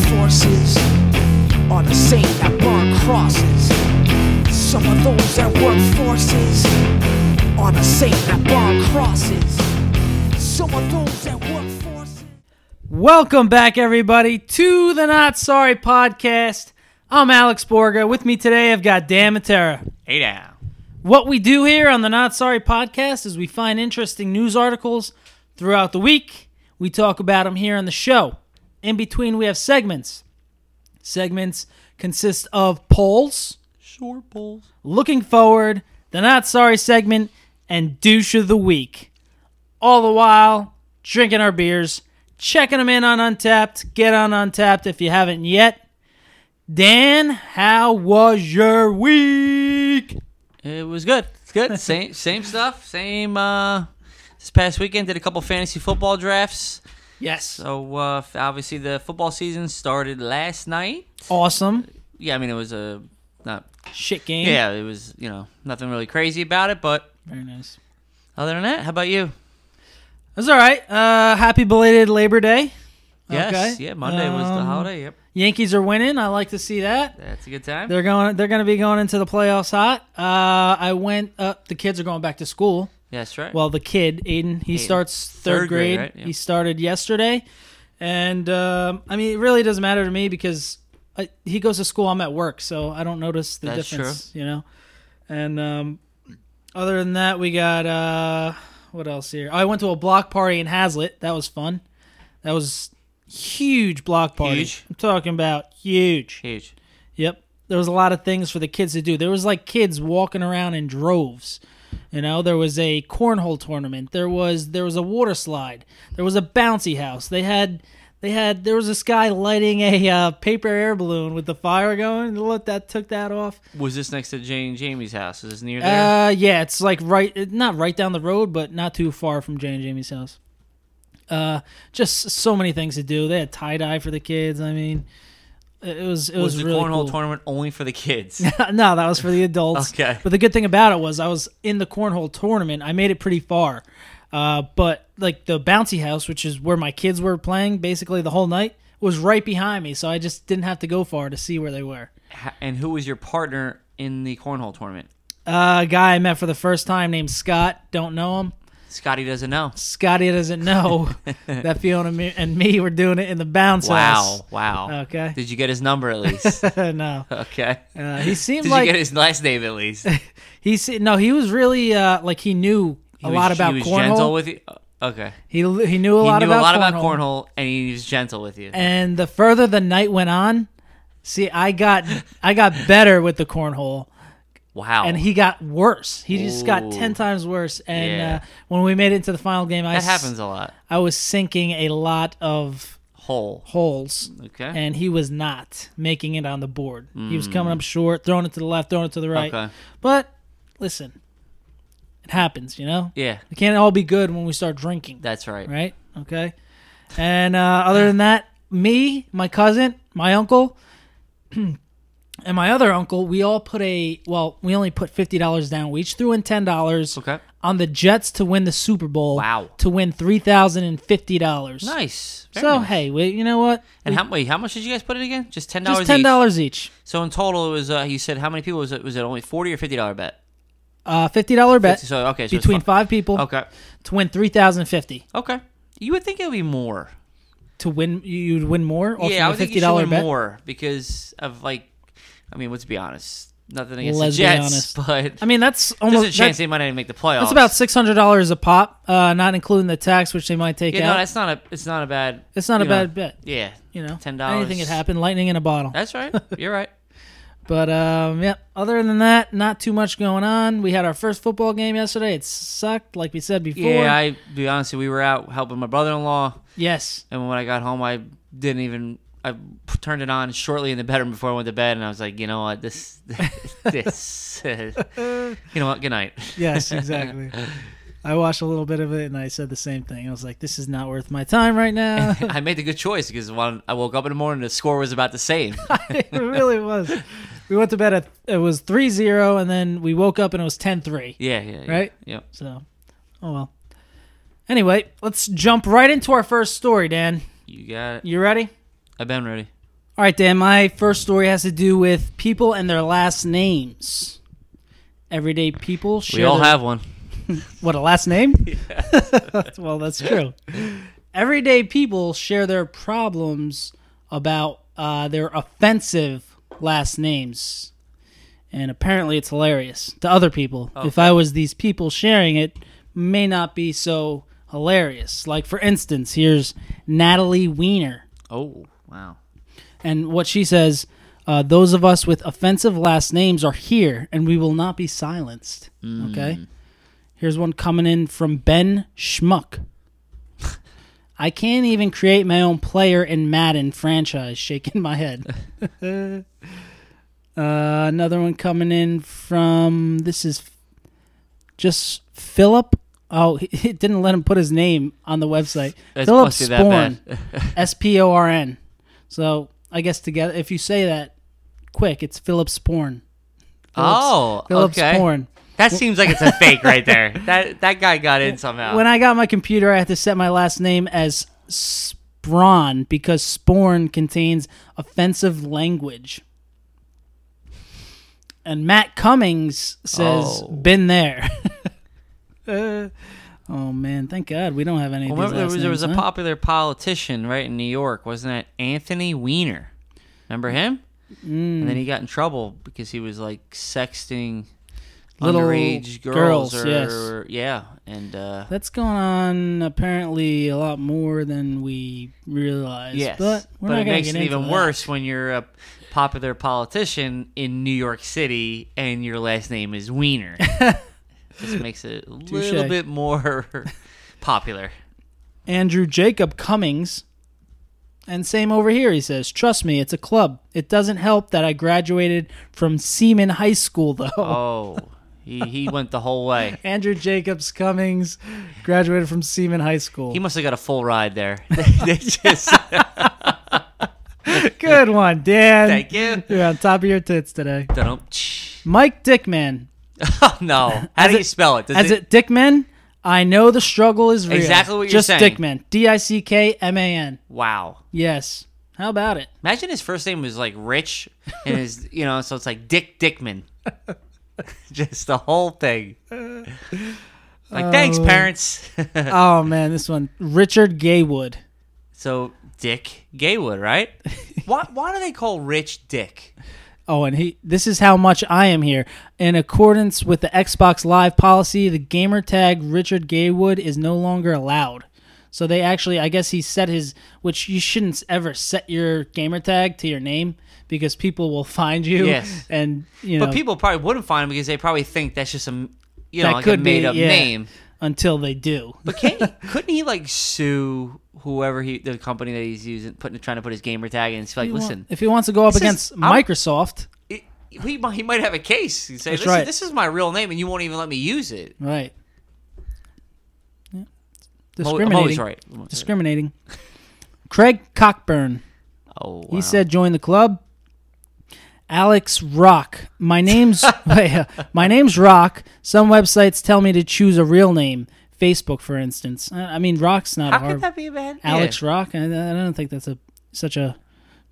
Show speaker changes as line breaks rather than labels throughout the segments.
bosses are the same that burn crosses. Some of those that work forces are the same that burn crosses. Some of those that work forces.
Welcome back, everybody, to the Not Sorry podcast. I'm Alex Borga. With me today, I've got Dan Matera.
Hey now.
What we do here on the Not Sorry podcast is we find interesting news articles throughout the week. We talk about them here on the show. In between, we have segments. Segments consist of polls,
Short balls.
looking forward, the Not Sorry segment, and douche of the week. All the while, drinking our beers, checking them in on Untapped. Get on Untapped if you haven't yet. Dan, how was your week?
It was good. It's good. same same stuff. Same uh this past weekend did a couple fantasy football drafts.
Yes.
So uh f- obviously the football season started last night.
Awesome.
Yeah, I mean it was a not
Shit game.
Yeah, it was, you know, nothing really crazy about it, but
Very nice.
other than that, how about you?
That's all right. Uh, happy belated Labor Day.
Yes.
Okay.
Yeah, Monday was the
Um,
holiday. Yep.
Yankees are winning. I like to see that.
That's a good time.
They're going. They're going to be going into the playoffs hot. Uh, I went. Uh, the kids are going back to school.
That's right.
Well, the kid Aiden, he
Aiden.
starts third,
Third
grade.
grade, right? Yeah.
He started yesterday, and um, I mean, it really doesn't matter to me because I, he goes to school. I'm at work, so I don't notice the
That's
difference. You know, and um, other than that, we got uh, what else here? I went to a block party in Hazlitt. That was fun. That was huge block party.
Huge.
I'm talking about huge.
huge.
Yep. There was a lot of things for the kids to do. There was like kids walking around in droves. You know, there was a cornhole tournament. There was there was a water slide. There was a bouncy house. They had they had there was this guy lighting a uh, paper air balloon with the fire going. Look, that took that off.
Was this next to Jane Jamie's house? Is this near there?
Uh, yeah, it's like right, not right down the road, but not too far from Jane and Jamie's house. Uh, just so many things to do. They had tie dye for the kids. I mean, it it was it was,
was the
really
cornhole
cool.
tournament only for the kids?
no, that was for the adults.
Okay.
But the good thing about it was I was in the cornhole tournament. I made it pretty far. Uh, but like the bouncy house, which is where my kids were playing basically the whole night, was right behind me, so I just didn't have to go far to see where they were.
Ha- and who was your partner in the cornhole tournament?
Uh, a guy I met for the first time named Scott. Don't know him.
Scotty doesn't know.
Scotty doesn't know that Fiona and me- and me were doing it in the bounce
Wow,
house.
wow.
Okay.
Did you get his number at least?
no,
okay.
uh, he seemed
Did
like
you get his last name at least?
he se- no, he was really uh, like he knew a lot about
He was
cornhole.
gentle with you. Oh, Okay.
he l- he knew a
He
lot
knew
about
a lot
cornhole.
about cornhole, and he was gentle with you.
And the further the night went on, see, I got I got better with the cornhole.
wow.
and he got worse. He just got
Ooh.
ten times worse. And
Yeah.
uh, when we made it to the final game, I
that
s-
happens a lot.
I was sinking a lot of
Hole.
holes.
Okay.
And he was not making it on the board. He was coming up short, throwing it to the left, throwing it to the right.
Mm. Okay.
But listen, it happens, you know?
yeah,
It can't all be good when we start drinking,
that's right.
right? Okay. And uh, other than that, me, my cousin, my uncle, and my other uncle, we all put a, well, we only put $50 down. We each threw in $10
Okay.
on the Jets to win the Super Bowl.
Wow.
To win $3,050.
Nice. Very
So
nice.
hey, we, you know what?
And how wait, how much did you guys put in again? Just ten
Just
dollars.
ten dollars each.
So in total, it was. Uh, you said how many people was it? Was it only forty or fifty dollar bet?
Uh, fifty dollar bet
So okay. So it's
between
fi-
five people
Okay.
to win three thousand fifty.
Okay. You would think it would be more.
To win, you- you'd win more. off
yeah, I
of
would
a
think you should
$50
win
bet.
more because of like, I mean, let's be honest, nothing against
Let's be
the
honest.
Jets, but
I mean, that's
there's
almost
a chance
that-
they might not even make the playoffs.
that's about six hundred dollars a pop, uh, not including the tax which they might take
yeah, no,
out.
that's not a, it's not a bad,
it's not a
you know,
bad bet.
yeah,
You know,
$10.
Anything could happen. Lightning in a bottle.
that's right. You're right.
But um, yeah. Other than that, not too much going on. We had our first football game yesterday. It sucked, like we said before.
Yeah, I be honest, we were out helping my brother-in-law,
yes.
and when I got home, I didn't even. I turned it on shortly in the bedroom before I went to bed, and I was like, you know what, this, this, you know what, good night.
Yes, exactly. I watched a little bit of it and I said the same thing. I was like, this is not worth my time right now.
I made the good choice because when I woke up in the morning, the score was about the same.
it really was. We went to bed at it was 3-0 and then we woke up and it was 10-3.
Yeah, yeah. yeah.
Right?
Yep.
So, oh well. Anyway, let's jump right into our first story, Dan.
You got it.
You ready?
I've been ready.
All right, Dan, my first story has to do with people and their last names. Everyday people share.
We all
their-
have one.
What a last name? well, that's true. Everyday people share their problems about uh, their offensive last names, and apparently it's hilarious to other people. If I was these people sharing it, may not be so hilarious. Like for instance, here's Natalie Weiner,
Oh wow.
and what she says: uh, "Those of us with offensive last names are here, and we will not be silenced."
Mm.
Okay. Here's one coming in from Ben Schmuck. I can't even create my own player in Madden franchise. Shaking my head. uh, another one coming in from this is just Philip. Oh, it didn't let him put his name on the website.
It's
Philip
must be that
Sporn,
bad.
S P O R N. So I guess together, if you say that quick, it's Philip Sporn.
oh,
Philip
okay.
Sporn.
That seems like it's a fake right there. That that guy got in somehow.
when I got my computer, I had to set my last name as Sprawn because Sporn contains offensive language. And Matt Cummings says,
Oh.
"Been there." Uh, oh man, thank God we don't have any. Of
Remember
these
there
last
was, there was a
names, huh?
popular politician right in New York, wasn't that Anthony Weiner? Remember him? And then he got in trouble because he was like sexting
Little
underage girls,
girls,
or
yes.
yeah, and uh,
That's going on apparently a lot more than we realize.
yes,
but we're not
it
gonna
makes
get
it
into
even
that.
worse when you're a popular politician in New York City and your last name is Weiner. Just makes it a
Touche.
little bit more popular.
Andrew Jacob Cummings. And same over here, he says. Trust me, it's a club. It doesn't help that I graduated from Seaman High School, though.
Oh, he he went the whole way.
Andrew Jacobs Cummings graduated from Seaman High School.
He must have got a full ride there. they just
Good one, Dan.
thank you.
You're on top of your tits today.
Dun-dum.
Mike Dickman.
Oh no! How do you spell it? Does
As it, Dickman, I know the struggle is real.
Exactly what you're
Just
saying.
Dickman. D I C K M A N.
Wow!
Yes. How about it?
Imagine his first name was like Rich, and his you know, so it's like Dick Dickman. Just the whole thing. Like thanks, parents.
Oh, man, this one. Richard Gaywood.
so Dick Gaywood, right? Why why do they call Rich Dick?
Oh, and he. This is how much I am here. In accordance with the Xbox Live policy, the gamer tag Richard Gaywood is no longer allowed. So they actually, I guess, he set his, which you shouldn't ever set your gamer tag to your name because people will find you.
Yes.
and you know
But people probably wouldn't find him because they probably think that's just some you know
That
like
could
a
be,
made up
yeah.
name.
until they do.
But can't he, couldn't he like sue whoever he the company that he's using putting trying to put his gamer tag in? He's like, listen,
if he wants to go up
this is-
against
I'm-
Microsoft,
it, he might he might have a case. He'd say,
That's
"This,
right.
is, this is my real name, and you won't even let me use it."
right? Yeah.
I'm al- I'm always
Discriminating.
right. I'm always right.
Discriminating. Craig Cockburn.
Oh, wow.
He said, "Join the club." Alex Rock. My name's my name's Rock. Some websites tell me to choose a real name. Facebook, for instance. Uh, I I mean, Rock's not
"How
hard.
could that be a bad name?"
Alex Rock. I, I don't think that's a such a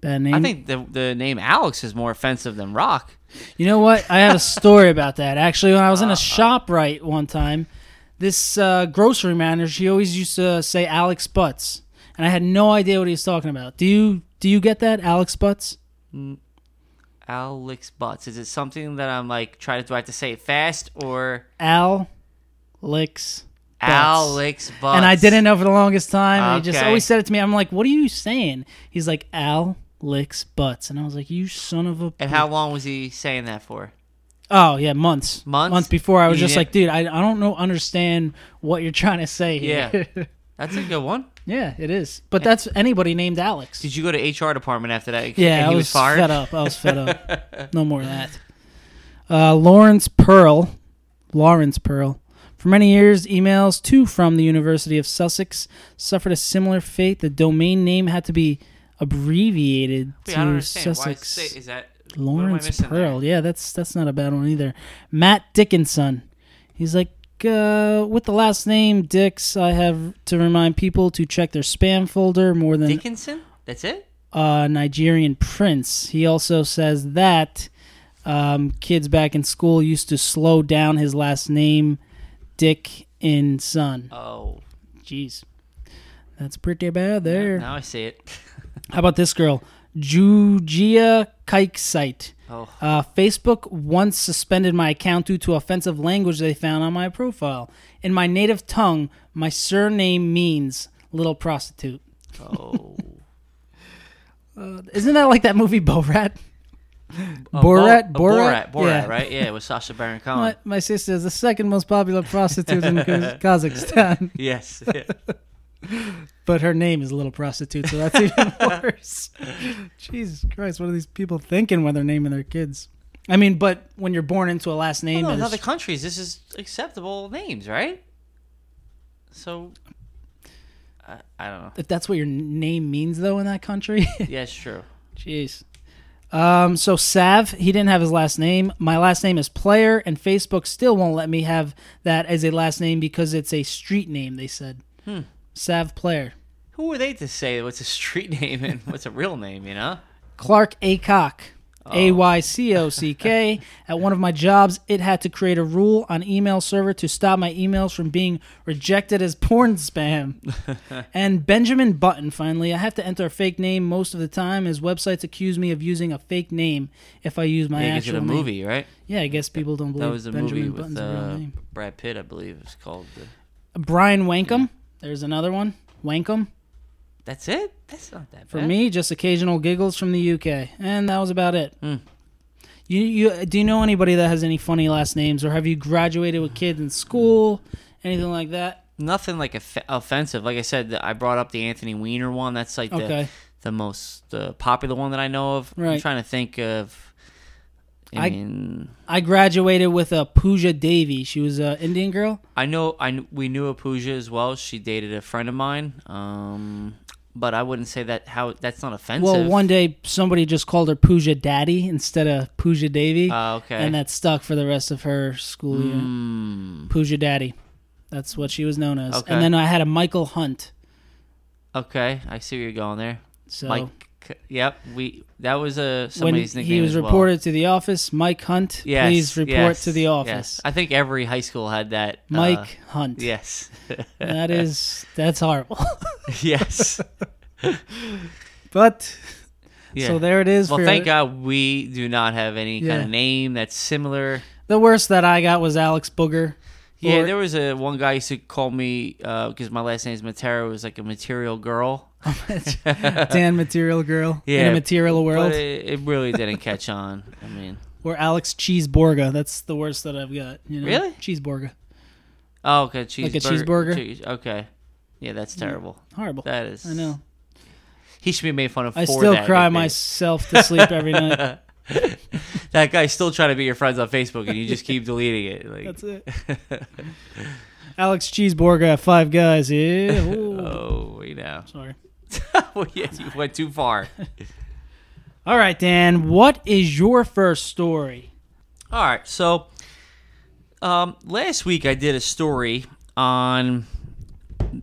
bad name.
I think the the name Alex is more offensive than Rock.
You know what? I have a story about that. Actually, when I
Uh-huh.
was in a shop right one time, this uh, grocery manager she always used to say Alex Butts, and I had no idea what he was talking about. Do you do you get that, Alex Butts?
Alex Butts. Is it something that I'm like trying to do? I have to say it fast or
Al, Licks. Butts.
Alex Butts?
and I didn't know for the longest time. And he just
Okay.
always said it to me. I'm like, "What are you saying?" He's like, "Al licks butts," and I was like, "You son of a."
And how long was he saying that for?
Oh yeah, months.
Months?
Months before, I was
You
just
didn't-
like, "Dude, I, I don't know understand what you're trying to say." Here. Yeah,
That's a good one.
yeah, it is. But that's anybody named Alex.
Did you go to HR department after that?
yeah,
and
I
he
was,
was, fired.
fed up. I was fed up. No more of that. Uh, Lawrence Pearl, Lawrence Pearl. For many years, emails to from the University of Sussex suffered a similar fate. The domain name had to be abbreviated
Wait, I don't
to
understand. Why
Sussex.
is, it- is that what am I
Lawrence
missing there?
Pearl. Yeah, that's that's not a bad one either. Matt Dickinson. He's like uh, with the last name Dix. I have to remind people to check their spam folder more than
Dickinson? That's it?
uh, Nigerian prince. He also says that um, kids back in school used to slow down his last name, Dick in Son.
Oh,
Jeez, that's pretty bad there.
now I see it.
How about this girl, Jujia Kaiksite?
Oh,
Uh, Facebook once suspended my account due to offensive language they found on my profile. In my native tongue, my surname means little prostitute.
oh.
Isn't that like that movie Borat?
Oh,
Borat,
Bo- oh,
Borat?
Borat, Borat,
Yeah.
right? Yeah, with Sasha Baron Cohen.
My, my sister is the second most popular prostitute in Kaz- Kazakhstan,
Yes. yeah.
but her name is Little Prostitute, so that's even worse. Jesus Christ, what are these people thinking when they're naming their kids? I mean, but when you're born into a last name,
Well, no,
that
in
is-
other countries, this is acceptable names, right? So, I, I don't know.
if that's what your name means, though, in that country,
Yeah, sure.
Jeez. Um, so Sav, he didn't have his last name. My last name is Player, and Facebook still won't let me have that as a last name because it's a street name. They said
Hmm.
Sav Player.
Who are they to say what's a street name and what's a real name? You know?
Clark Acock,
Oh.
A Y C O C K. At one of my jobs, it had to create a rule on email server to stop my emails from being rejected as porn spam. and Benjamin Button, finally, I have to enter a fake name most of the time, as websites accuse me of using a fake name if I use my
Yeah, it's
actual
in a
name.
movie, right?
Yeah, I guess people don't believe
That was a
Benjamin
movie with
Button's a real
uh,
name.
Brad Pitt, I believe. It's called. uh, The...
Brian Wankum. There's another one. Wankum.
That's it. That's not that bad.
For me, just occasional giggles from the UK, and that was about it.
Hmm.
You, you do you know anybody that has any funny last names, or have you graduated with kids in school, anything like that?
nothing like off- offensive. Like I said, I brought up the Anthony Weiner one. That's like the
Okay.
the most uh, popular one that I know of.
Right.
I'm trying to think of. I,
I-
mean,
I graduated with a Pooja Devi. She was an Indian girl.
I know I kn- we knew Apuja as well. She dated a friend of mine. Um, but I wouldn't say that how that's not offensive.
Well, one day somebody just called her Pooja Daddy instead of Pooja Devi,
Oh, okay.
and that stuck for the rest of her school year.
Mm,
Pooja Daddy. That's what she was known as.
Okay.
And then I had a Michael Hunt.
okay, I see where you're going there.
So
Mike, yep, we that was a
when
somebody's nickname
he was
as well.
reported to the office, Mike Hunt,
Yes,
please report
yes,
to the office.
yes. I uh, think every high school had that. uh,
Mike Hunt.
yes,
That is that's horrible.
yes.
but
Yeah.
so there it is
Well,
for
thank God we do not have any kind
Yeah.
of name that's similar.
the worst that I got was Alex Booger.
Yeah,
Or-
there was a one guy used to call me because my last name is Matera. It was like a material girl.
Dan Material Girl in
Yeah,
a Material World.
But it, it really didn't catch on. I mean,
or Alex Cheeseborga. That's the worst that I've got. You know?
Really?
Cheeseborga.
oh, okay,
Like a
cheeseburger.
cheeseburger?
cheese- okay, yeah, that's terrible.
Horrible.
That is.
I know.
He should be made fun of.
I
for
still
that
cry
nickname.
myself to sleep every night.
That guy's still trying to be your friends on Facebook, and you just keep deleting it. Like,
That's it. Alex Cheeseborga, Five Guys. Yeah. Ooh.
oh, we know.
Sorry.
well, yeah, you went too far.
All right, Dan. What is your first story?
All right. So um, last week I did a story on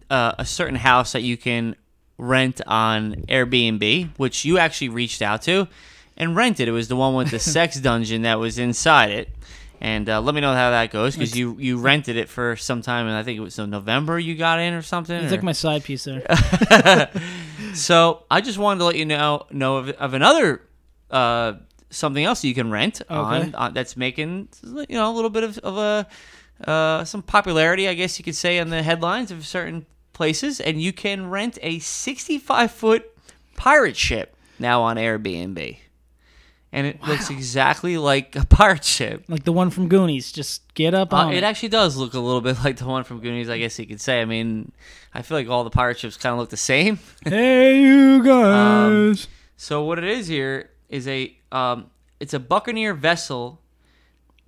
uh, a certain house that you can rent on Airbnb, which you actually reached out to and rented. It was the one with the sex dungeon that was inside it. And uh, let me know how that goes because you, you rented it for some time, and I think it was in November you got in or something.
It's
or-
like my side piece there.
so I just wanted to let you know know of, of another uh, something else you can rent on, on that's making you know a little bit of, of a uh, some popularity, I guess you could say, on the headlines of certain places, and you can rent a 65 foot pirate ship now on Airbnb, and it looks exactly like a pirate ship.
like the one from Goonies. Just get up
Uh,
on
it
it.
actually does look a little bit like the one from Goonies, I guess you could say. I mean, I feel like all the pirate ships kind of look the same.
Hey, you
Um,
guys.
So what it is here is a um, it's a buccaneer vessel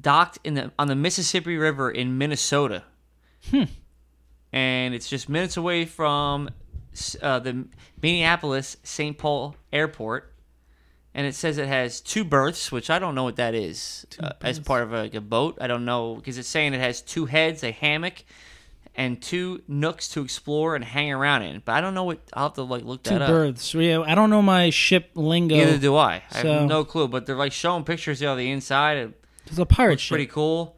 docked in the on the Mississippi River in Minnesota,
Hmm.
and it's just minutes away from s- uh, the Minneapolis St. Paul Airport, and it says it has two berths, which I don't know what that is uh, as part of like a boat. I don't know because it's saying it has two heads, a hammock, and two nooks to explore and hang around in. But I don't know what I'll have to like look
Two
that up.
berths. Yeah, I don't know my ship lingo.
Neither do I. I
So-
have no clue. But they're like showing pictures of the inside. It
It's a pirate
looks
ship.
pretty cool.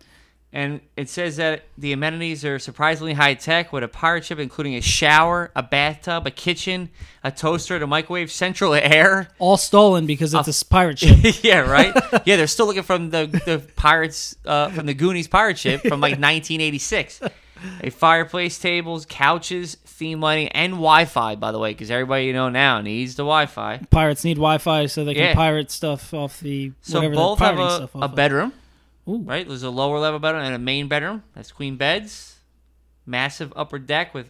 And it says that the amenities are surprisingly high tech with a pirate ship including a shower, a bathtub, a kitchen, a toaster, and a microwave, central air.
All stolen because it's a s- pirate ship.
yeah, right. Yeah, they're still looking from the the pirates uh, from the Goonies pirate ship from like 1986. A fireplace, tables, couches, theme lighting, and Wi-Fi. By the way, because everybody you know now needs the Wi-Fi.
Pirates need Wi-Fi so they can
Yeah.
pirate stuff off the
So
whatever
both
they're
have
pirating
a,
stuff off
a
of.
bedroom,
Ooh.
right? There's a lower level bedroom and a main bedroom. That's queen beds, massive upper deck with,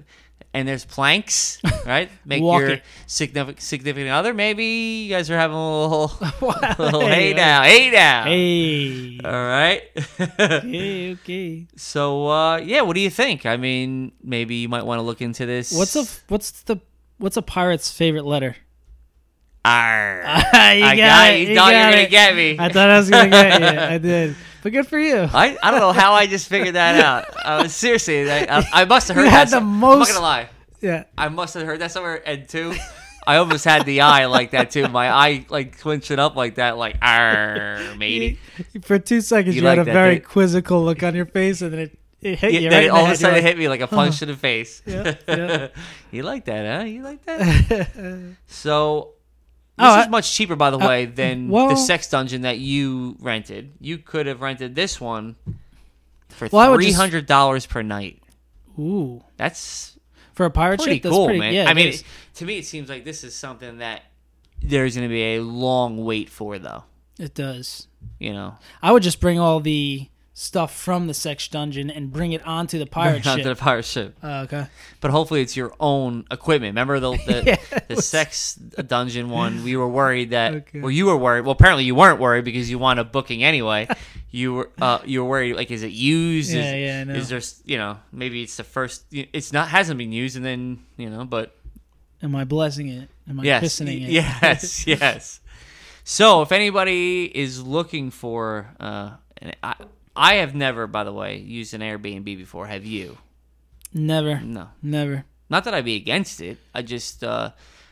and there's planks, right? Make
Walk
your
it.
significant significant other. Maybe you guys are having a little,
Wow.
little
Hey,
hey, now, hey now.
Hey.
All right.
Okay, okay.
So uh, yeah, what do you think? I mean, maybe you might want to look into this.
What's a what's the what's a pirate's favorite letter?
Arr.
you
I
I
got it. You thought you were gonna get me.
I thought I was gonna get you. I did. But good for you.
I, I don't know how I just figured that out. I was seriously, I, I, I must have
You
heard
had
that.
the
some- I'm not
most-
gonna lie,
yeah.
I must have heard that somewhere. And two, I almost had the eye like that too. My eye like clenching up like that, like arr, matey.
For two seconds
You
you, had a
like that,
very
didn't-
quicical look on your face and then it, it hit you
Yeah,
right
then
in the
all of a
head.
sudden it
You're
hit me like a punch to the face.
Yeah, yeah.
you like that, huh? You like that? so this
Oh,
is
I-
much cheaper, by the way, than the
well-
sex dungeon that you rented. You could have rented this one for
Well, I would
three
just-
hundred dollars per night.
like, Ooh.
That's
For a pirate
pretty
ship, that's
cool,
pretty
man.
yeah.
I
it
mean,
is.
it- to me, it seems like this is something that there's going to be a long wait for, though.
it does.
You know,
I would just bring all the stuff from the sex dungeon and bring it onto the pirate
not
ship.
the pirate ship.
Oh, okay.
But hopefully, it's your own equipment. Remember the the,
Yeah, it
the
was-
sex dungeon one? We were worried that,
Okay.
well, you were worried. Well, apparently, you weren't worried because you wound up booking anyway. You were uh, you were worried like, is it used?
Yeah,
is,
yeah, I know.
Is there s- you know maybe it's the first? It's not hasn't been used, and then you know, but
Am I blessing it? Am I
yes,
christening it?
yes, yes. So, if anybody is looking for, uh, an, I I have never, by the way, used an Airbnb before. Have you?
Never.
No.
Never.
Not that I'd be against it. I just uh,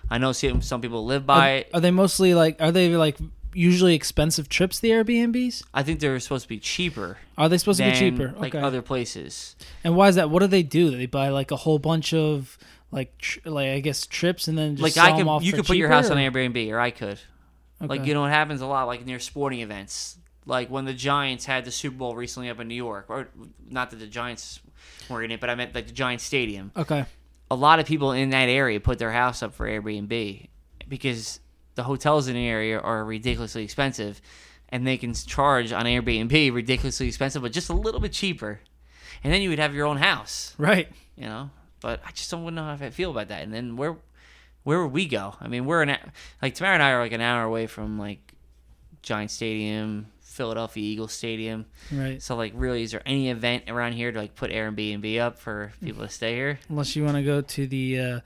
I know some some people live by it.
Are they mostly like? Are they like usually expensive trips? The Airbnbs?
I think they're supposed to be cheaper
Are they supposed to
than
be cheaper?
like
okay.
other places.
and why is that? What do they do? They buy like a whole bunch of like tr- like I guess trips and then just
Like
sell
I
'em
could
off
you
for
could put your
cheaper,
house on
or-
Airbnb or I could. Like
Okay.
you know it happens a lot like near sporting events. Like when the Giants had the Super Bowl recently up in New York or not that the Giants were in it, but I meant like the Giants stadium.
Okay.
A lot of people in that area put their house up for Airbnb because the hotels in the area are ridiculously expensive and they can charge on Airbnb ridiculously expensive but just a little bit cheaper. And then you would have your own house
Right.
you know. But I just don't know how I feel about that. And then where, where would we go? I mean, we're an hou- like Tamara and I are like an hour away from like Giant Stadium, Philadelphia Eagles Stadium.
Right.
So like, really, is there any event around here to like put Airbnb up for people to stay here?
Unless you want to go to the uh,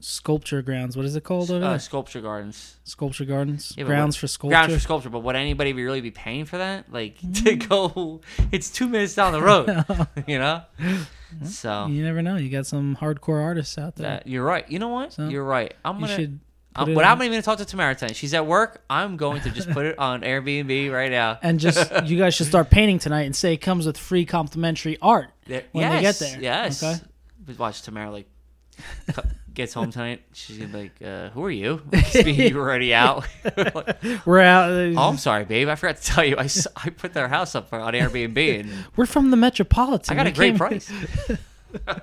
sculpture grounds. What is it called over
Uh,
there?
sculpture gardens,
Sculpture gardens.
Yeah, but
grounds
what-
for sculpture.
Grounds for sculpture. But would anybody be really be paying for that? Like to
Mm.
go? It's two minutes down the road. you know. So
you never know. You got some hardcore artists out there.
that, you're right. You know what?
So,
you're right. I'm
you
gonna.
should.
Um,
put it
but
on-
I'm not even gonna talk to Tamara tonight. She's at work. I'm going to just put it on Airbnb right now.
and just you guys should start painting tonight and say it comes with free complimentary art.
There-
when they
yes,
get there,
Yes.
okay?
But watch Tamara like co- gets home tonight. She's gonna be like, uh, "Who are you? Like, you were already out." oh,
We're out. uh,
I'm sorry, babe. I forgot to tell you. I, s- I put their house up for- on Airbnb, and
We're from the Metropolitan.
I got
We
a great
came-
price.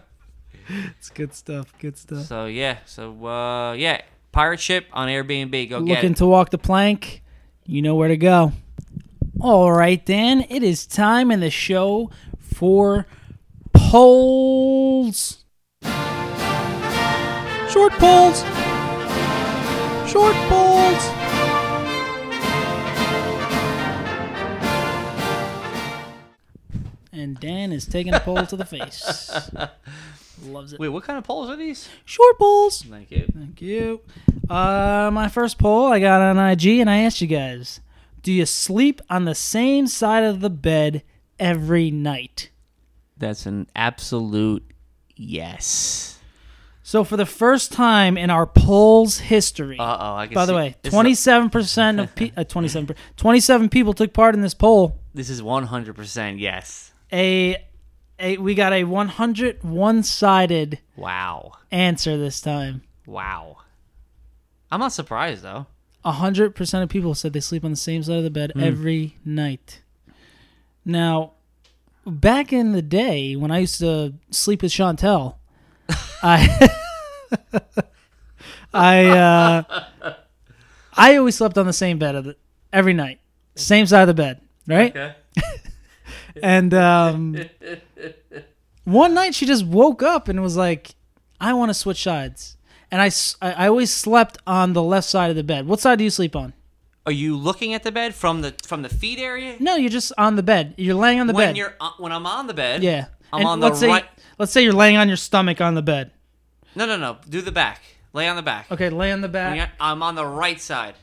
It's good stuff. Good stuff.
So yeah. So uh, yeah. Pirate ship on Airbnb. Go get
Looking
it.
to walk the plank, you know where to go. All right, then it is time in the show for polls. Short polls. Short polls. And Dan is taking a poll to the face. Loves it.
Wait, what kind of poles are these?
Short polls.
Thank you.
Thank you. Uh, my first poll I got on IG, and I asked you guys Do you sleep on the same side of the bed every night?
That's an absolute Yes.
So for the first time in our polls history,
Uh oh. I can
by the
see-
way,
this is-
twenty-seven percent of pe- uh, 27, 27 people took part in this poll.
This is one hundred percent yes.
A, a we got a one hundred one-sided
Wow.
answer this time.
Wow. I'm not surprised though.
hundred percent of people said they sleep on the same side of the bed every night. Now, back in the day when I used to sleep with Chantel, I I uh, I always slept on the same bed of the, every night, same side of the bed, right?
Okay.
And um, one night she just woke up and was like, "I want to switch sides." And I, s- I- I always slept on the left side of the bed. What side do you sleep on?
Are you looking at the bed from the from the feet area?
No, you're just on the bed. You're laying on the
when
bed.
you're uh, when I'm on the bed.
yeah.
I'm
And
on the
let's say,
right.
Let's say you're laying on your stomach on the bed.
No, no, no. Do the back. Lay on the back.
Okay, lay on the back.
When you're- I'm on the right side.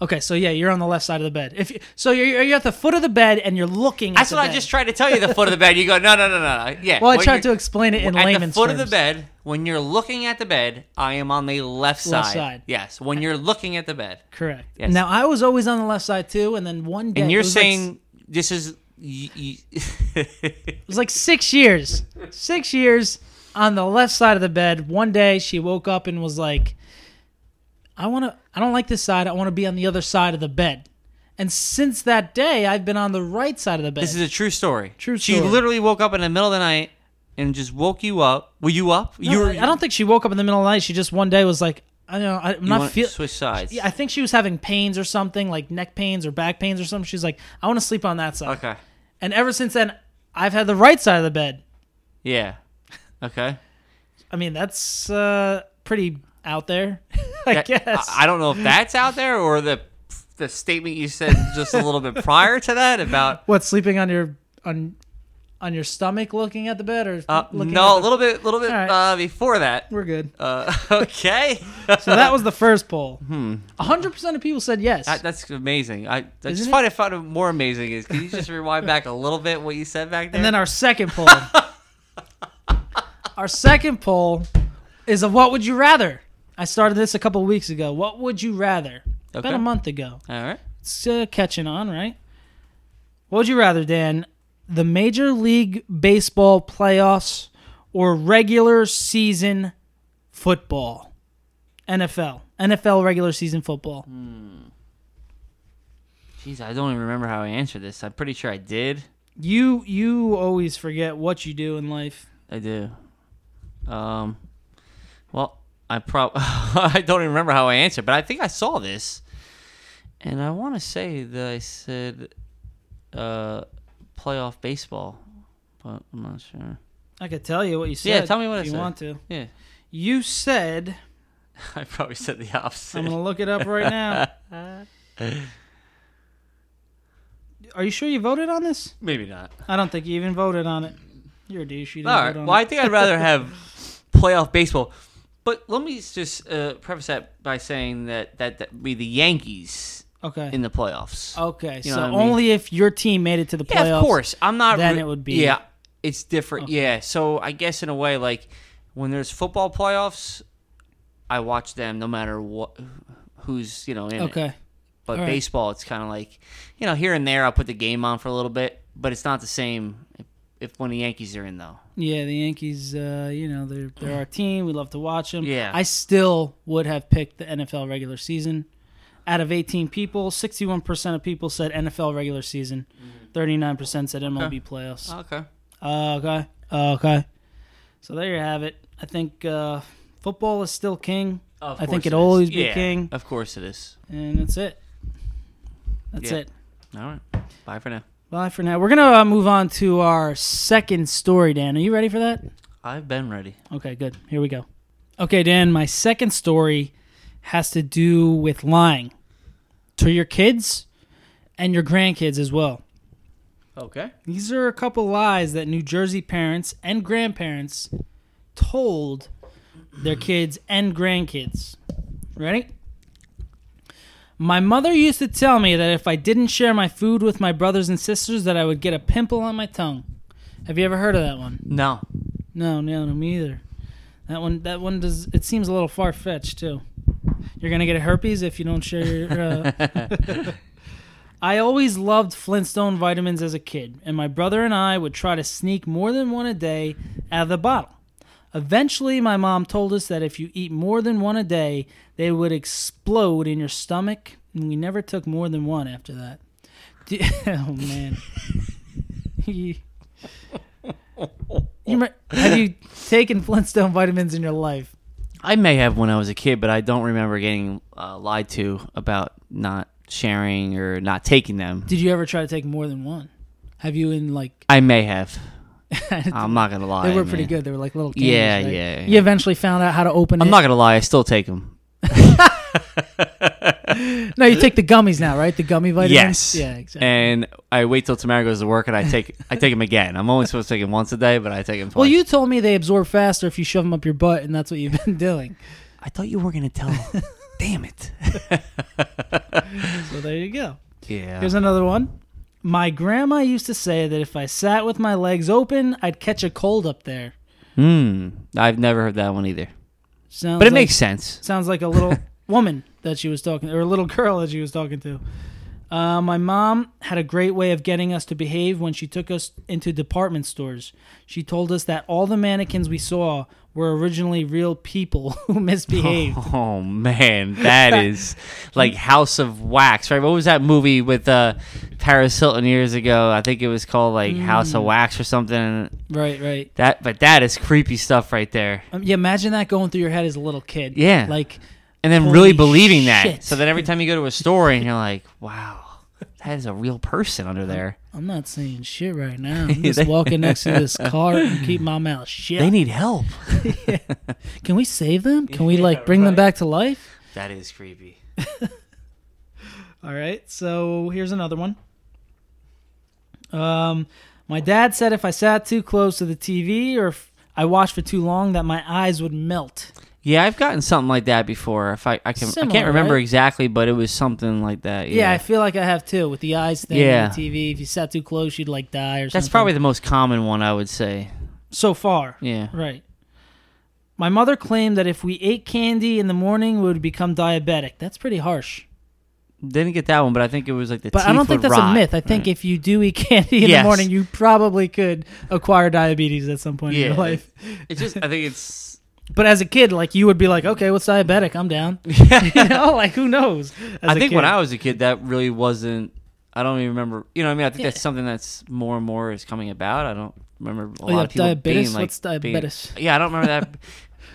Okay, so yeah, you're on the left side of the bed. If you, so, you're, you're at the foot of the bed and you're looking.
That's
at the
what I
bed.
just tried to tell you. The foot of the bed. You go no, no, no, no. no. Yeah.
Well, I
when
tried to
you're-
explain it in
at the
layman's
foot
terms.
of the bed. When you're looking at the bed, I am on the left side.
Left side.
Yes. When you're looking at the bed,
Correct.
Yes.
Now I was always on the left side too, and then one day
and you're
it was like
saying this is. Y- y-
It was like six years. Six years on the left side of the bed. One day she woke up and was like, I want to, I don't like this side. I want to be on the other side of the bed. And since that day, I've been on the right side of the bed.
This is a true story.
True
She
story.
literally woke up in the middle of the night and just woke you up. Were you up?
No,
you were.
I I don't think she woke up in the middle of the night. She just one day was like, I don't know, I- I'm
You
not
want
feeling.
switch sides.
Yeah, I think she was having pains or something, like neck pains or back pains or something. She's like, I want to sleep on that side.
Okay.
And ever since then, I've had the right side of the bed.
Yeah. Okay.
I mean, that's uh, pretty out there, I
That-
guess.
I, I don't know if that's out there or the the statement you said just a little bit prior to that about.
What sleeping on your on on your stomach, looking at the bed, or
Uh,
looking at
no, a
the-
little bit, little bit
All right.
uh, before that.
We're good.
Uh, okay.
So that was the first poll.
Hmm.
hundred percent of people said yes.
That- that's amazing. I, I
Isn't
just
it?
find I found it more amazing is can you just rewind back a little bit what you said back there?
and then our second poll. our second poll is a what would you rather. I started this a couple weeks ago. What would you rather? About
Okay.
a month ago.
all right.
It's uh, catching on, right? What would you rather, Dan? The Major League Baseball playoffs or regular season football? NFL. NFL regular season football.
Hmm. Jeez, I don't even remember how I answered this. I'm pretty sure I did.
You you always forget what you do in life.
I do. Um, well, I prob I don't even remember how I answered, but I think I saw this, and I want to say that I said, uh, playoff baseball, but I'm not sure.
I could tell you what you said.
Yeah, tell me what
if
I
you
said.
want to.
Yeah,
You said
I probably said the opposite.
I'm gonna look it up right now. Are you sure you voted on this?
Maybe not.
I don't think you even voted on it. You're a douche. You didn't
All
vote
right.
on
Well, I
it.
think I'd rather have playoff baseball. But let me just uh, preface that by saying that that that be the Yankees
Okay.
in the playoffs.
Okay,
You know
so
what I mean?
only if your team made it to the playoffs.
Yeah, of course. I'm not.
then it would be-
Yeah, it's different. Yeah. So I guess in a way, like when there's football playoffs, I watch them no matter what, who's you know in it.
Okay.
But
all right.
baseball, it's kind of like, you know, here and there, I'll put the game on for a little bit, but it's not the same if, if when the Yankees are in though.
Yeah, the Yankees. Uh, you know, they're they're our team. We love to watch them.
Yeah.
I still would have picked the NFL regular season. Out of 18 people, 61% of people said NFL regular season. 39% said MLB playoffs.
Mm-hmm. Okay.
Uh, okay. Uh, okay. So there you have it. I think uh, football is still king.
Of
I think
course
it'll
is.
always be
Yeah,
king.
Of course it is.
And that's it. That's
Yeah.
it.
All right. Bye for now.
Bye for now. We're gonna uh, move on to our second story, Dan. Are you ready for that?
I've been ready.
Okay, good. Here we go. Okay, Dan. My second story has to do with lying to your kids and your grandkids as well.
Okay.
These are a couple lies that New Jersey parents and grandparents told their kids and grandkids. Ready? My mother used to tell me that if I didn't share my food with my brothers and sisters that I would get a pimple on my tongue. Have you ever heard of that one?
No.
No, no, no, me either. That one, that one does. It seems a little far fetched too. You're gonna get herpes if you don't share your. Uh... I always loved Flintstone vitamins as a kid, and my brother and I would try to sneak more than one a day out of the bottle. Eventually, my mom told us that if you eat more than one a day, they would explode in your stomach, and we never took more than one after that. Do- oh man. you, you might- have you taken Flintstone vitamins in your life?
I may have when I was a kid, but I don't remember getting uh, lied to about not sharing or not taking them.
Did you ever try to take more than one? Have you in like
I may have. I'm not gonna lie.
they were pretty
man.
good. They were like little candies,
Yeah,
right?
yeah, yeah.
You eventually found out how to open it.
I'm not gonna lie. I still take them.
no, you take the gummies now, right? The gummy vitamins.
Yes.
Yeah, exactly.
And I wait till Tamara goes to work, and I take I take them again. I'm only supposed to take them once a day, but I take them twice.
well, you told me they absorb faster if you shove them up your butt, and that's what you've been doing.
I thought you were gonna tell. Damn it.
So there you go.
Yeah.
Here's another one. My grandma used to say that if I sat with my legs open, I'd catch a cold up there.
Hmm. I've never heard that one either.
Sounds
But it
like-
makes sense.
Sounds like a little woman that she was talking, or a little girl that she was talking to. Uh, my mom had a great way of getting us to behave when she took us into department stores. She told us that all the mannequins we saw were originally real people who misbehaved.
Oh man, that is like House of Wax, right? What was that movie with uh, Paris Hilton years ago? I think it was called like House
Mm.
of Wax or something.
Right, right.
That, but that is creepy stuff right there.
Um, yeah, imagine that going through your head as a little kid.
Yeah.
Like,
And then
Holy
really believing
shit.
that. So then every time you go to a store and you're like, wow, that is a real person under there.
I'm not saying shit right now. I'm just walking next to this car and keep my mouth shut.
They need help.
Can we save them? Can we, like, bring them back to life?
That is creepy.
All right, so here's another one. Um, my dad said if I sat too close to the TV or if I watched for too long, that my eyes would melt.
Yeah, I've gotten something like that before. If I, I can I
Similar,
can't remember
right?
exactly, but it was something like that.
Yeah.
Yeah.
I feel like I have too with the eyes thing
Yeah.
on the TV. If you sat too close, you'd like die or something.
That's probably the most common one I would say.
so far.
Yeah.
Right. My mother claimed that if we ate candy in the morning, we would become diabetic. That's pretty harsh.
Didn't get that one, but I think it was like the
But
teeth
I don't think
would
that's a
rot.
myth. I think if you do eat candy in
Yes.
the morning, you probably could acquire diabetes at some point in
Yeah.
your life.
It's just I think it's
But as a kid, like you would be like, okay, what's diabetic? I'm down. you know, like who knows? As
I
a
think
kid.
when I was a kid that really wasn't I don't even remember you know what I mean I think
Yeah.
that's something that's more and more is coming about. I don't remember a
Oh,
lot
yeah,
of people
diabetes?
being like
What's diabetes?
Being, yeah, I don't remember that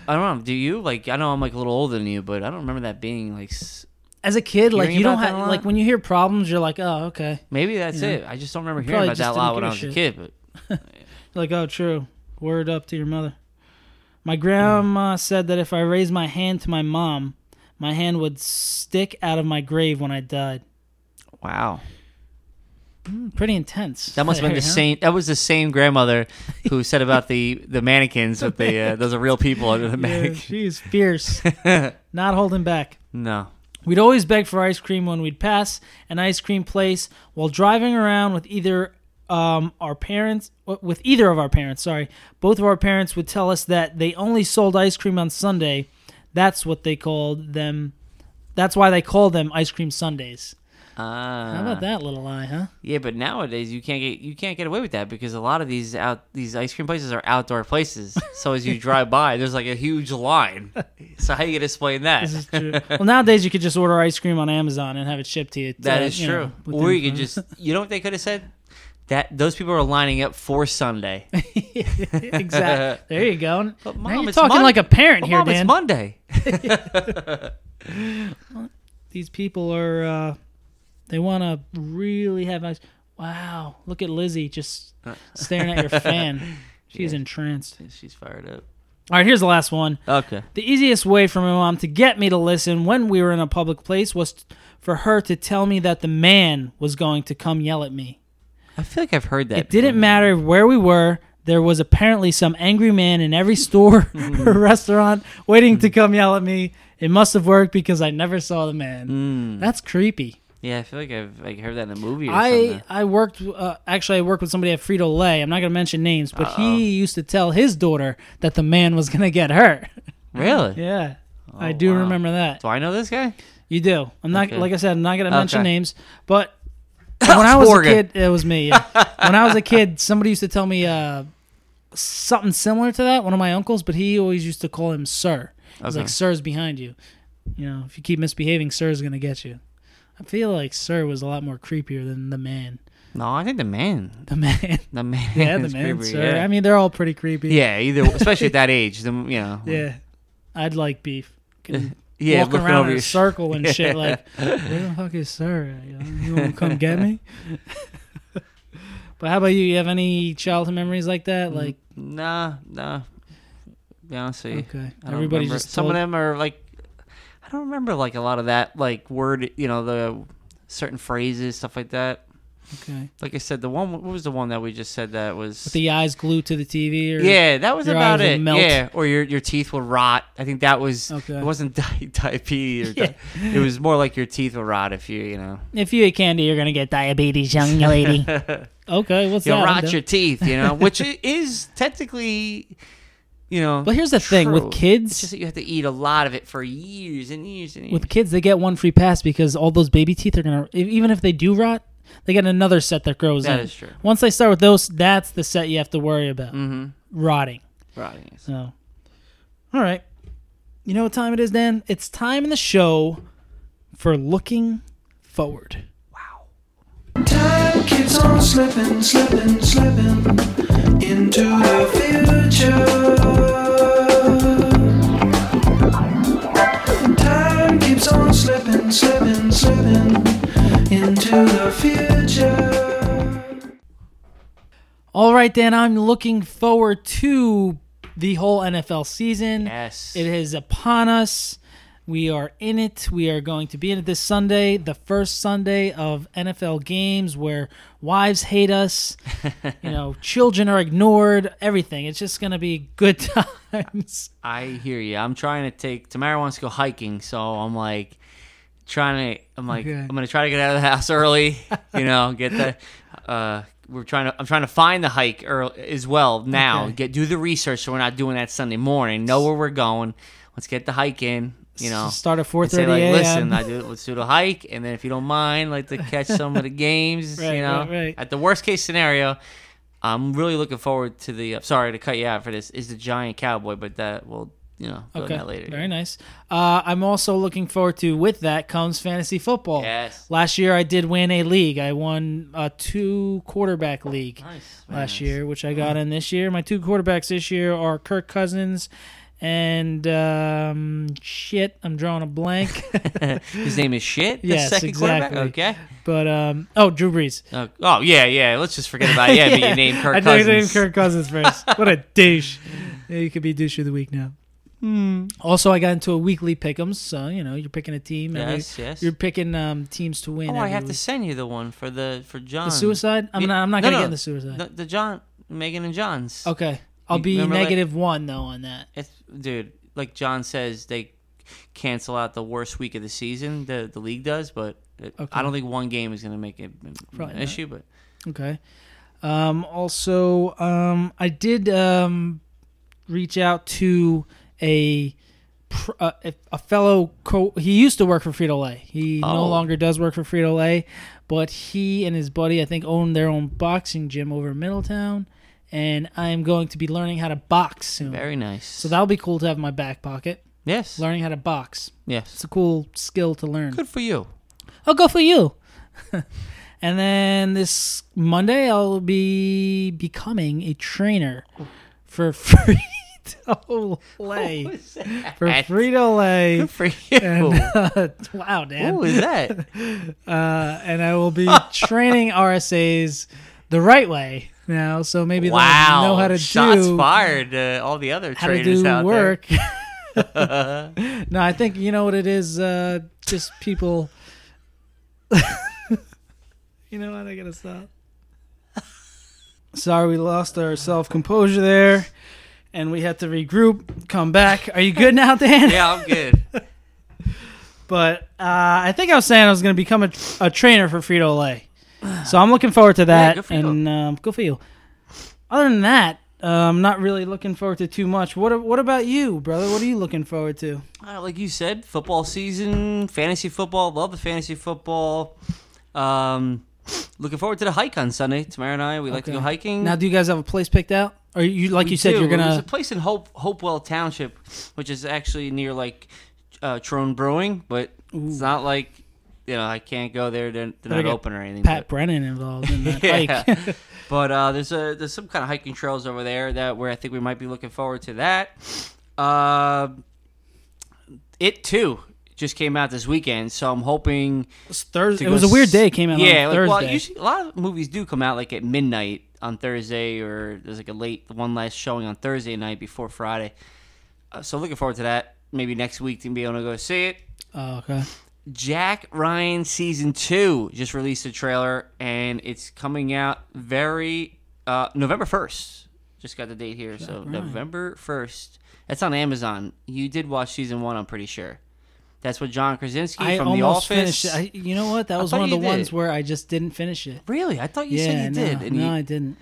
I don't know. Do you? Like I know I'm like a little older than you, but I don't remember that being like s-
as a kid, like
Hearing
you don't
about that
have
a lot?
like when you hear problems, you're like, oh, okay,
maybe that's
Yeah.
it. I just don't remember
Probably
hearing about
just
that a
didn't
lot when
give
I
a
was
shit.
a kid, but
like oh, true. Word up to your mother. My grandma said that if I raised my hand to my mom, my hand would stick out of my grave when I died.
wow.
Pretty intense.
That must have been the
Huh?
same. That was the same grandmother who said about the the mannequins with the uh, those are real people under the
Yeah,
mannequin.
she's fierce. Not holding back.
No,
We'd always beg for ice cream when we'd pass an ice cream place while driving around with either um, our parents, with either of our parents. Sorry, both of our parents would tell us that they only sold ice cream on Sunday. That's what they called them. That's why they call them ice cream Sundays.
Ah.
How about that little lie, huh?
Yeah, but nowadays you can't get you can't get away with that because a lot of these out these ice cream places are outdoor places. So as you drive by, there's like a huge line. So how you gonna explain that?
This is true. well, nowadays you could just order ice cream on Amazon and have it shipped to you.
That
uh,
is
you
true.
know, within-
or you could just you know what they could have said? That those people are lining up for Sunday.
exactly. There you go.
But
now
Mom,
you're
it's
talking
Mon-
like a parent
But
here,
Mom,
Dan.
it's Monday.
these people are uh they want to really have nice wow look at lizzie just staring at your fan she's entranced
She's fired up.
all right here's the last one
Okay.
the easiest way for my mom to get me to listen when we were in a public place was t- for her to tell me that the man was going to come yell at me
I feel like I've heard that.
it didn't matter where we were there was apparently some angry man in every store or restaurant waiting to come yell at me it must have worked because i never saw the man that's creepy
Yeah, I feel like I've like heard that in a movie. Or
I
something.
I worked uh, actually I worked with somebody at Frito Lay. I'm not going to mention names, but he used to tell his daughter that the man was going to get her.
really.
yeah, I do
Oh, wow.
remember that.
Do I know this guy?
You do. I'm not
Okay.
like I said. I'm not going to mention
Okay.
names, but when I was a
Morgan.
kid, it was me. Yeah. when I was a kid, somebody used to tell me uh, something similar to that. One of my uncles, but he always used to call him Sir. He's
Okay.
like Sir's behind you. You know, if you keep misbehaving, Sir's going to get you. I feel like Sir was a lot more creepier than the man.
No, I think the man.
The man.
The man.
Yeah, the
is
man,
creepy,
sir.
Yeah.
I mean, they're all pretty creepy.
yeah, either especially at that age, the you know.
Yeah. I'd like beef. Can
Yeah,
walk
looking
around in
your
a
sh-
circle and shit.
Yeah.
Like, where the fuck is sir? at, You, know? You want to come get me? but how about you? You have any childhood memories like
Mm-hmm.
that? Like,
Nah, nah. Be honest with you.
okay,
I don't
everybody
remember.
just
some
told-
of them are like I don't remember like a lot of that like word you know the certain phrases stuff like that.
Okay,
Like I said, the one what was the one that we just said that was
with the eyes glued to the TV. Or,
yeah that was
your
about
eyes would
it
melt.
yeah or your your teeth would rot. I think that was
Okay.
it wasn't di- diabetes or di- it was more like your teeth would rot if you you know
If you eat candy, you're gonna get diabetes, young lady. okay, what's
you
that? I'm
rot
down.
your teeth you know which i- is technically you know
But here's the thing with
true. It's
kids.
just that you have to eat a lot of it for years and years and years.
with kids they get one free pass because all those baby teeth are gonna e- even if they do rot they get another set that grows
That
in.
is true. Mm-hmm.
once they start with those that's the set you have to worry about rotting
Rotting.
so all right you know what time it is dan it's time in the show for looking forward
Time keeps on slipping, slipping, slipping into the future. Time keeps on slipping, slipping, slipping into the future.
all right dan i'm looking forward to the whole nfl season
Yes.
It is upon us. We are in it. We are going to be in it this Sunday, the first Sunday of NFL games where wives hate us, you know, children are ignored, everything. It's just going to be good times.
I hear you. I'm trying to take. Tamara wants to go hiking, so I'm like trying to. I'm like
Okay.
I'm gonna try to get out of the house early. You know, get the. Uh, we're trying to. I'm trying to find the hike early, as well now.
Okay.
Get do the research so we're not doing that Sunday morning. Know where we're going. Let's get the hike in. You know,
S- start at
and say,
4:30
like,
a.m.
Listen, I do. Let's do the hike, and then if you don't mind, like to catch some of the games.
Right,
you know,
right, right.
at the worst case scenario, I'm really looking forward to the. I'm sorry to cut you out for this. Is the giant cowboy, but that will you know go into that later.
Very nice. Uh, I'm also looking forward to with that comes fantasy football.
Yes.
Last year I did win a league. I won a two quarterback league
Nice, very
last
nice.
year, which I
Uh-huh.
got in this year. My two quarterbacks this year are Kirk Cousins and um, shit. I'm drawing a blank.
His name is shit. The
Yes,
second quarterback?
exactly.
Okay.
but um, oh, Drew Brees.
Oh, oh, yeah, yeah. Let's just forget about it. Uh, Yeah, but you named Kirk
I
Cousins.
I named Kirk Cousins first. what a douche. Yeah, you could be douche of the week now.
Hmm.
Also, I got into a weekly pick'ems, so you know you're picking a team. every-
Yes, yes.
You're picking um, teams to win.
Oh, I
every
have to
week.
send you the one for the for John.
the suicide. I'm
Yeah,
not. I'm not
no,
gonna
no,
get in the suicide. Oh,
The, the John, Megan and John's.
okay, I'll
You
be
remember that?
negative one though on that.
It's, dude, like John says, they cancel out the worst week of the season. The the league does, but it,
Okay.
I don't think one game is going to make it an
Probably not.
issue. But
Okay. Um, also, um, I did um, reach out to a pr- uh, a- a fellow co. He used to work for Frito Lay. He no
Oh.
longer does work for Frito Lay, but he and his buddy, I think, own their own boxing gym over in Middletown. And I am going to be learning how to box soon.
very nice.
so that'll be cool to have in my back pocket.
yes,
Learning how to box.
yes,
It's a cool skill to learn.
good for you.
I'll go for you. and then this Monday, I'll be becoming a trainer for Frito Lay. For
that?
Frito Lay.
Good for you.
wow, Dan.
Who is that?
Uh, and I will be training RSAs the right way now. So maybe
wow,
they'll know how to
shots
do
fired. Uh, all the other
how to
traders
do
out
work. no, I think you know what it is. Uh, just people. you know what? I gotta stop. Sorry, we lost our self composure there, and we had to regroup, come back. Are you good now, Dan?
there. Yeah, I'm good.
But uh, I think I was saying I was going to become a, a trainer for Frito Lay, so I'm looking forward to that.
good for you.
and um, good for you. Other than that, uh, I'm not really looking forward to too much. What What about you, brother? What are you looking forward to?
Uh, like you said, football season, fantasy football. Love the fantasy football. Um, looking forward to the hike on Sunday. Tamara and I, we like to go
Okay.
hiking.
Mm-hmm. Now, do you guys have a place picked out? Or you, like
We
you said,
do.
you're
There's
gonna.
a place in Hope Hopewell Township, which is actually near like uh, Trone Brewing, but it's not like you know I can't go there. They're, they're
Better
not
get
open or anything.
Pat
but-
Brennan involved in that
Yeah.
hike.
but uh, there's a there's some kind of hiking trails over there that where I think we might be looking forward to that. Uh, it too just came out this weekend, so I'm hoping
It's Thursday. It
to go
was a weird
s-
day. It came out
yeah,
on
like,
Thursday.
well, usually a lot of movies do come out like at midnight on Thursday, or there's like a late one last showing on Thursday night before Friday. Uh, so looking forward to that. Maybe next week to be able to go see it.
oh, okay.
Jack Ryan season two just released a trailer, and it's coming out very uh, November first. Just got the date here, so November first. That's on Amazon. You did watch season one, I'm pretty sure. That's what John Krasinski
I
from The
almost
Office.
finished it. I, you know what? That was
thought
one of the
you did.
ones where I just didn't finish it.
Really? I thought you
yeah,
said you
no,
did. And
no,
you,
I didn't.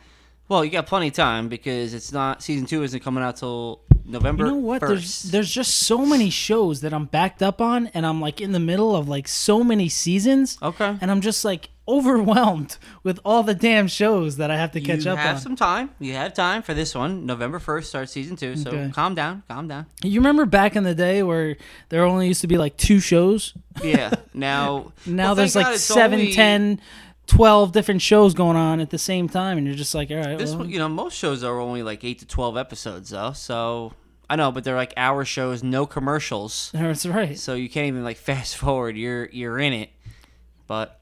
well, you got plenty of time because it's not season two isn't coming out till November.
You know what?
1st.
There's there's just so many shows that I'm backed up on, and I'm like in the middle of like so many seasons.
Okay.
And I'm just like overwhelmed with all the damn shows that I have to catch
you
up
have
on.
some time. You have time for this one. November first starts season two. So
Okay.
calm down, calm down.
You remember back in the day where there only used to be like two shows?
Yeah. Now,
Now
well,
there's
thank
like
God it's
seven, ten, twelve 10,
only-
12 different shows going on at the same time, and you're just like, all right,
This
well,
one, you know, most shows are only like eight to twelve episodes though. So I know, but they're like hour shows, no commercials.
that's right.
So you can't even like fast forward. You're you're in it, but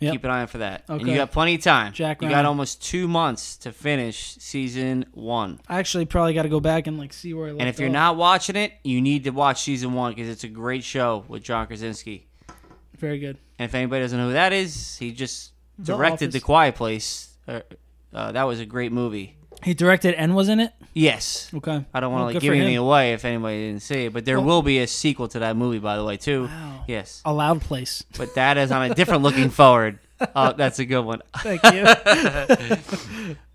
Yep.
keep an eye out for that. And you
Okay.
got plenty of time.
Jack
you
Ryan.
got almost two months to finish season one.
I actually probably got to go back and like see where I left
And if you're
off.
not watching it, you need to watch season one because it's a great show with John Krasinski.
very good.
And if anybody doesn't know who that is, he just directed
Office.
The Quiet Place. Uh, uh, that was a great movie.
He directed and was in it.
Yes.
Okay.
I don't want
Well,
to
good
like,
for
give
him.
anything away if anybody didn't see it, but there will be a sequel to that movie, by the way, too.
Wow.
Yes,
A loud place.
but that is on a different looking forward. Oh, that's a good one.
Thank you.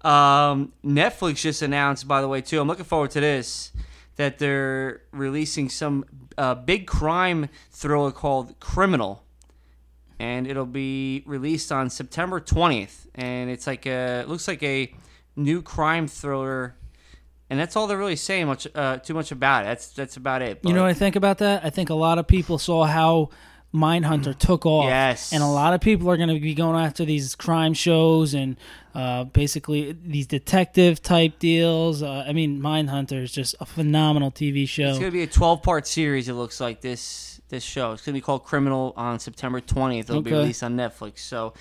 Um, Netflix just announced, by the way, too. I'm looking forward to this that they're releasing some uh, big crime thriller called Criminal, and it'll be released on September 20th. And it's like a it looks like a new crime thriller, and that's all they're really saying much uh, too much about it. That's that's about it.
You know
but-
what I think about that? I think a lot of people saw how Mindhunter took off.
Yes.
And a lot of people are going to be going after these crime shows and uh, basically these detective type deals. Uh, I mean, Mindhunter is just a phenomenal TV
It's
show.
gonna be a twelve part series. It looks like this this show. It's gonna be called Criminal on September twentieth. It'll be
Okay.
released on Netflix. So,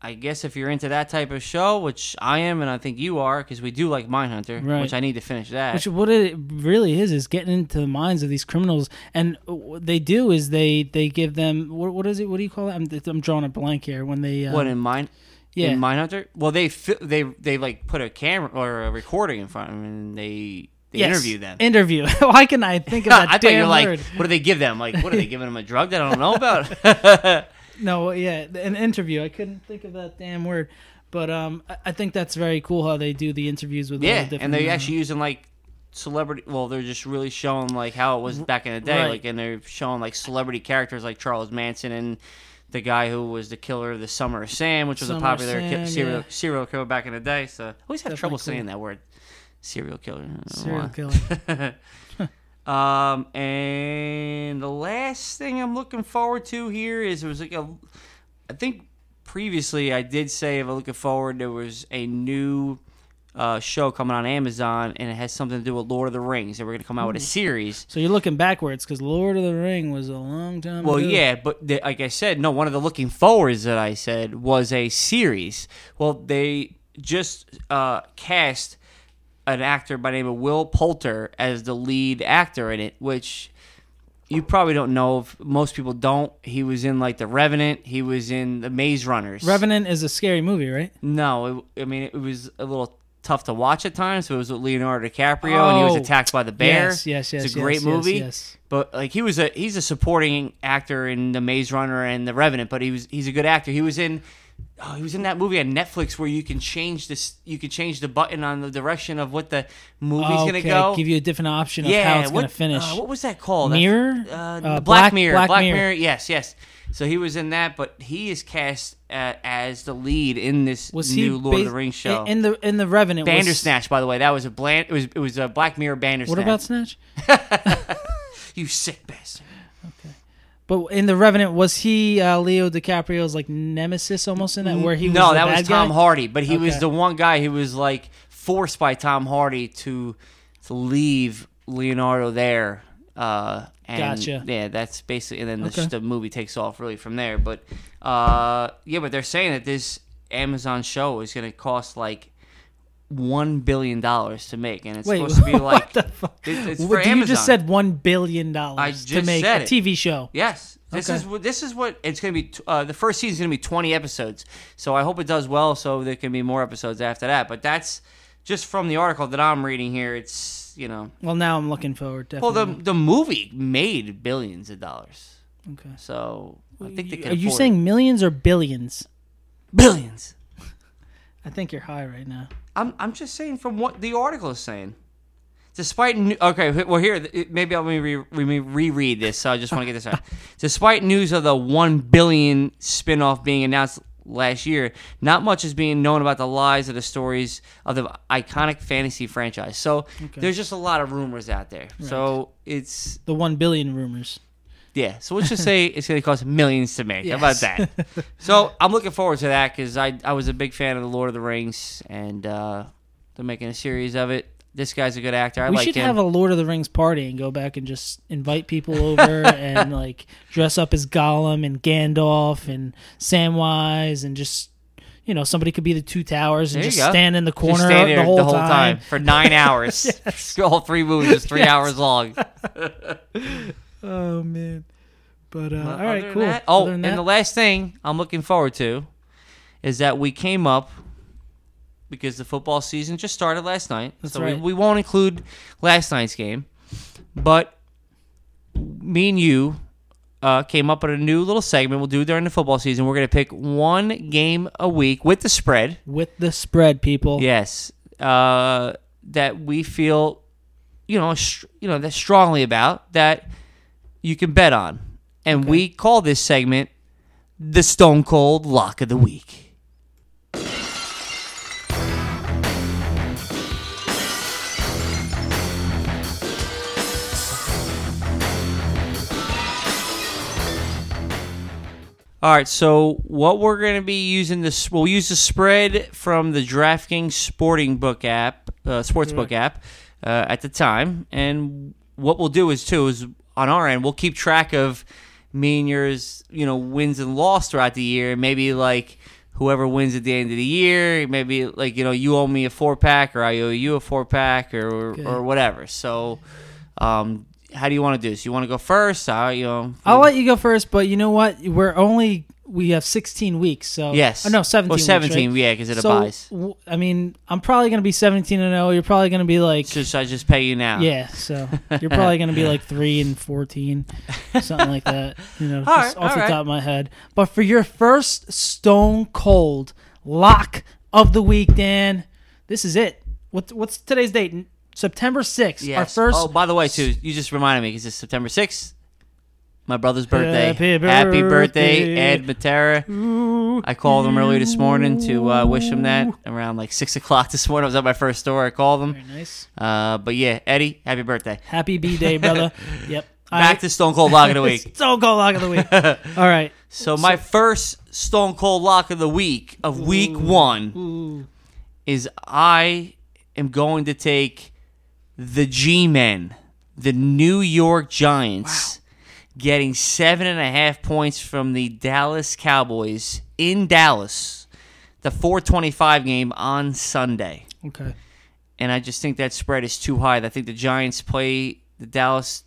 I guess if you're into that type of show, which I am, and I think you are, because we do like Mindhunter,
Right.
which I need to finish that.
Which what it really is is getting into the minds of these criminals, and what they do is they they give them what, what is it? What do you call it? I'm, I'm drawing a blank here. When they um,
what in mind?
yeah
In Mindhunter, well, they fi- they they like put a camera or a recording in front of them, and they they
Yes,
interview them.
Interview. Why can I think of that
I thought
damn
you were like,
word?
what do they give them? Like, what are they giving them a drug that I don't know about?
No, yeah, an interview. I couldn't think of that damn word, but um, I- I think that's very cool how they do the interviews with all the
Yeah,
different.
and they're
uh,
actually using like celebrity. Well, they're just really showing like how it was back in the day.
right.
Like, and they're showing like celebrity characters like Charles Manson and the guy who was the killer of the Summer of Sam, which was a
Summer of
popular ki-
Sam,
serial
yeah.
serial killer back in the day. So I always had
Definitely
trouble
cool.
saying that word, serial killer. I don't know
serial
why.
killer.
Um, and the last thing I'm looking forward to here is it was like a, I think previously I did say if I'm looking forward there was a new uh, show coming on Amazon and it has something to do with Lord of the Rings and we're gonna come out with a series.
So you're looking backwards because Lord of the Ring was a long time.
Well,
ago.
yeah, but the, like I said, no, one of the looking forwards that I said was a series. Well, they just uh, cast an actor by the name of Will Poulter as the lead actor in it, which you probably don't know. If most people don't. He was in like The Revenant. He was in The Maze Runners.
Revenant is a scary movie, right?
No, it, I mean it was a little tough to watch at times. But it was with Leonardo DiCaprio, and he was
Oh.
attacked by the bear.
Yes, yes, yes,
It's a
yes,
great
yes,
movie.
yes.
But like he was a he's a supporting actor in The Maze Runner and The Revenant. But he was he's a good actor. He was in. Oh, he was in that movie on Netflix where you can change this. You can change the button on the direction of what the movie's gonna
Okay,
go.
Give you a different option of
yeah,
how it's
what,
gonna finish.
uh, what was that called?
Mirror?
Uh,
Uh,
Black,
Black-
Mirror.
Black
Black,
Mirror.
Mirror. Yes, yes. So he was in that, but he is cast uh, as the lead in this
was he
new Lord of
bas-
the Rings show.
in, in the in the Revenant? was-
Bandersnatch, by the way, that was a bland. It was it was a Black Mirror Bandersnatch.
what about Snatch?
you, sick bastard?
But in the Revenant, was he uh, Leo DiCaprio's like nemesis almost in that? Where he was
no,
the
that
bad
was Tom
guy?
Hardy, but he was
Okay.
the one guy who was like forced by Tom Hardy to to leave Leonardo there. Uh, and
Gotcha.
Yeah, that's basically, and then the,
Okay.
the movie takes off really from there. But uh, yeah, but they're saying that this Amazon show is going to cost like one billion dollars to make, and it's
Wait,
supposed to be
what
like
the fuck?
It- it's
Wait,
for
you just
Amazon.
said one billion dollars to
just
make
said
a
it.
TV show.
Yes. This
Okay.
is what this is what it's going to be. t- Uh, the first season's going to be twenty episodes, so I hope it does well, so there can be more episodes after that. But that's just from the article that I'm reading here. It's you know,
Well, now I'm looking forward.
well
Definitely.
the the movie made billions of dollars,
okay.
so I think they can.
Are you
afford
saying millions or billions?
billions?
I think you're high right now.
I'm I'm just saying from what the article is saying. Despite new, okay, h- well here th- maybe I'll let me re, let me reread this. So I just want to get this out. Despite news of the one billion spinoff being announced last year, not much is being known about the lies of the stories of the iconic fantasy franchise. So there's just a lot of rumors out there. So it's
The one billion rumors.
yeah. So let's just say it's going to cost millions to make. How about that? so I'm looking forward to that because I I was a big fan of the Lord of the Rings and uh, they're making a series of it. This guy's a good actor. I
we
like
should
him.
have a Lord of the Rings party and go back and just invite people over and like dress up as Gollum and Gandalf and Samwise and just you know somebody could be the two towers and
There you
just
go.
stand in the
Just
corner
stay there
the, whole time.
for nine hours. All three movies is three hours long.
Oh man. But uh, all
Other
right,
than
cool.
that- oh,
Other than
and
that-
the last thing I'm looking forward to is that we came up because the football season just started last night.
That's
so
right.
we, we won't include last night's game, but me and you uh, came up with a new little segment we'll do during the football season. We're going to pick one game a week with the spread.
with the spread, people.
Yes, uh, that we feel, you know, str- you know, that strongly about that you can bet on, and we call this segment the Stone Cold Lock of the Week. All right, so what we're going to be using this, we'll use the spread from the DraftKings Sporting Book app, uh, Sportsbook app, uh, at the time, and what we'll do is too is on our end we'll keep track of me and yours, you know, wins and loss throughout the year. Maybe like whoever wins at the end of the year, maybe like you know you owe me a four pack or I owe you a four pack or or whatever. So, um, how do you want to do this? You want to go first? I, you know,
I'll let you go first, but you know what? We're only we have 16 weeks, so
Yes.
oh, no, 17.
Well,
weeks,
17,
right?
yeah, 'cause it
so,
abides.
w- I mean, I'm probably gonna be 17 and 0. You're probably gonna be like,
should, should I just pay you now?
yeah, so you're probably gonna be like three and 14, something like that. You know,
All
just
right,
off
all
the
right.
top of my head. But for your first Stone Cold lock of the week, Dan, this is it. What's what's today's date? N- September 6th. Our
Yes.
first
oh, by the way, too, you just reminded me because it's September 6th, my brother's birthday.
Happy birthday.
birthday, Ed Matera. I called him earlier this morning to uh, wish him that around like 6 o'clock this morning. I was at my first store. I called him.
nice.
Uh, but yeah, Eddie, happy birthday.
Happy B Day, brother. yep.
Back to Stone Cold Lock of the Week.
Stone Cold Lock of the Week. All right.
So, my first Stone Cold Lock of the Week of week one is I am going to take the G Men, the New York Giants, getting seven and a half points from the Dallas Cowboys in Dallas, the 425 game on Sunday.
Okay.
And I just think that spread is too high. I think the Giants play the Dallas,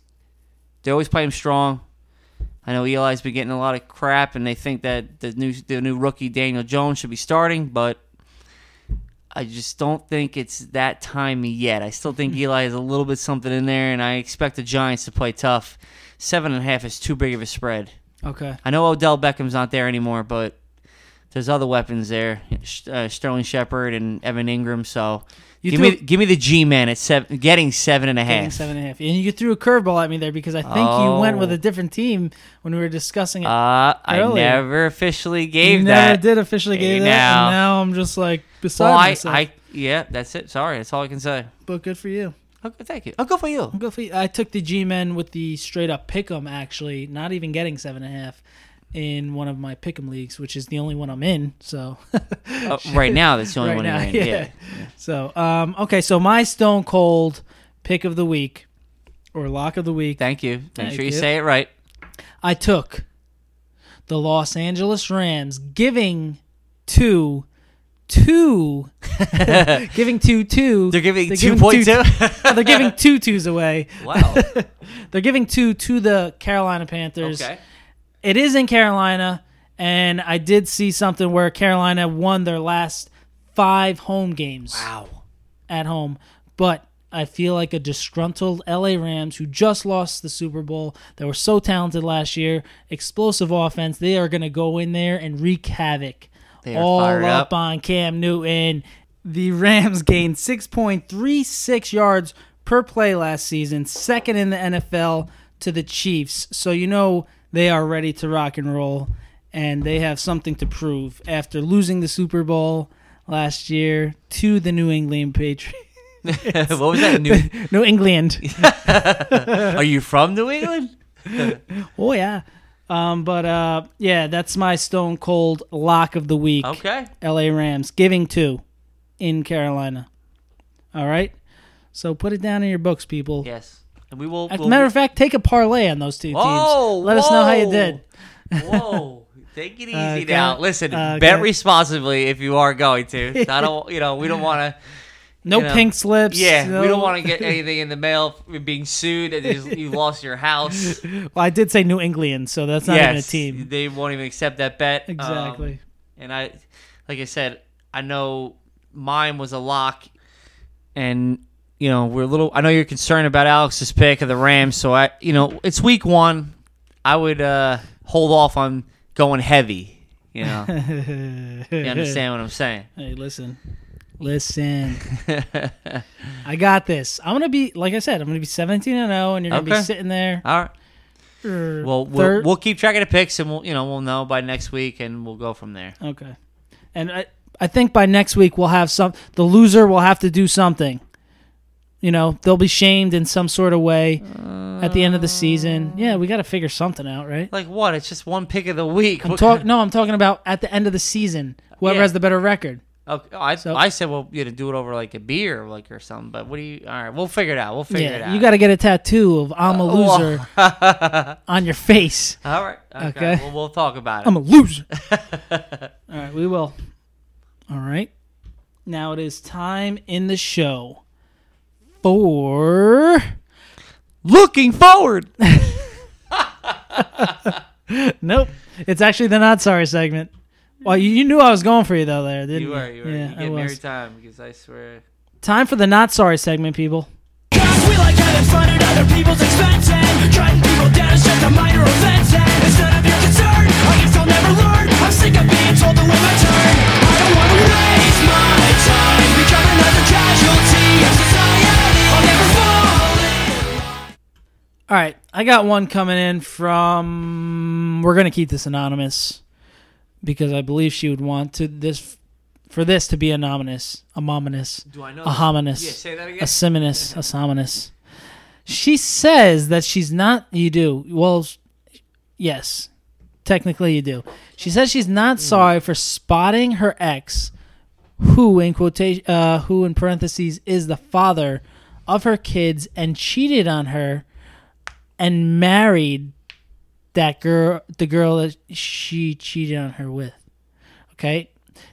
they always play them strong. I know Eli's been getting a lot of crap, and they think that the new the new rookie Daniel Jones should be starting, but I just don't think it's that time yet. I still think Eli has a little bit something in there, and I expect the Giants to play tough. Seven and a half is too big of a spread.
Okay.
I know Odell Beckham's not there anymore, but there's other weapons there, Sh- uh, Sterling Shepard and Evan Ingram. So
You
give
threw-
me give me the G man at seven, getting seven and a
Getting
half.
seven and a half. And you threw a curveball at me there because I think you went with
Oh.
a different team when we were discussing it.
Uh, I
Earlier.
never officially
you
gave
never
that.
did officially gave
Hey,
that.
now-
And now I'm just like beside
Well, I,
myself.
I yeah, that's it. Sorry, that's all I can say.
but good for you.
Oh, thank you. I'll go for you.
Good for you. I took the G men with the straight up pick'em actually, not even getting seven and a half in one of my pick'em leagues, which is the only one I'm in. So
Uh, right now, that's the only
right
one
now,
you're
yeah.
in. yeah.
So um okay, so my Stone Cold pick of the week or lock of the week,
Thank you. Make
Thank
sure you
you.
say it right.
I took the Los Angeles Rams giving to two giving two two
They're giving
giving
two point two.
Oh, they're giving two twos away.
Wow.
They're giving two to the Carolina Panthers.
Okay.
It is in Carolina, and I did see something where Carolina won their last five home games
Wow.
at home. But I feel like a disgruntled LA Rams who just lost the Super Bowl. They were so talented last year. Explosive offense. They are going to go in there and wreak havoc.
They are
All
fired
up
up.
on Cam Newton. The Rams gained 6.36 yards per play last season, second in the NFL to the Chiefs. So you know they are ready to rock and roll, and they have something to prove after losing the Super Bowl last year to the New England Patriots.
what was that? New?
New England.
Are you from New England?
Oh yeah. Um, but uh, yeah, that's my Stone Cold lock of the week.
Okay.
L.A. Rams giving two in Carolina. All right. So put it down in your books, people.
Yes. And we will.
As a
we'll-
matter of fact, take a parlay on those two
Whoa,
teams. Let us know how you
whoa.
did.
Whoa. Take it easy
Okay. Uh,
now. Listen,
Okay.
bet responsibly if you are going to. I don't. You know, we don't want to.
No
You know,
pink slips.
Yeah,
no-
we don't want to get anything in the mail for being sued and you- you lost your house.
Well, I did say New England, so that's not
yes,
even a team.
they won't even accept that bet. Um,
Exactly.
and I, like I said, I know mine was a lock, and you know we're a little. I know you're concerned about Alex's pick of the Rams, so I, you know, it's week one. I would uh hold off on going heavy. You know, you understand what I'm saying?
Hey, listen. Listen. I got this. I'm going to be, like I said, I'm going to be 17 and 0, and you're going to
Okay.
be sitting there.
All right.
er,
Well, we'll,
third-
we'll keep track of the picks, and we'll you know we'll know by next week, and we'll go from there.
Okay. And I, I think by next week we'll have some. The loser will have to do something. You know, they'll be shamed in some sort of way at the end of the season.
Uh,
Yeah, we got to figure something out, right?
Like what? It's just one pick of the week.
I'm
What-
talk. No, I'm talking about at the end of the season. Whoever
Yeah.
has the better record.
Okay, I,
So-
I said well you had to do it over like a beer like or something. But what do you? All right, we'll figure it out. We'll figure it
yeah,
out. Uh,
you got to get a tattoo of "I'm a
Well,
loser" on your face.
all right. Okay.
Okay.
Well, we'll talk about it.
I'm a loser. All right, we will. All right. Now it is time in the show for
looking forward.
Nope. It's actually the not sorry segment. Well, you, you knew I was going for you though, there, didn't you?
You are. You are.
Yeah, I
you get me
was.
every time because I swear.
Time for the not sorry segment, people.
We like having fun at other people's expense and Driving people down is just a minor offense and It's none of your concern, I guess I'll never learn I'm sick of being told to wait my turn I don't wanna waste my time Become another casualty of society I'll never fall
All right, I got one coming in from. We're gonna keep this anonymous because I believe she would want to this for this to be anonymous, anonymous,
Do I know?
a hominous.
Yeah. Say that again.
a siminus, a sominus. She says that she's not. You do well. s- Yes, technically you do. She says she's not sorry for spotting her ex, who in quotation, uh, who in parentheses is the father of her kids, and cheated on her, and married that girl, the girl that she cheated on her with. Okay.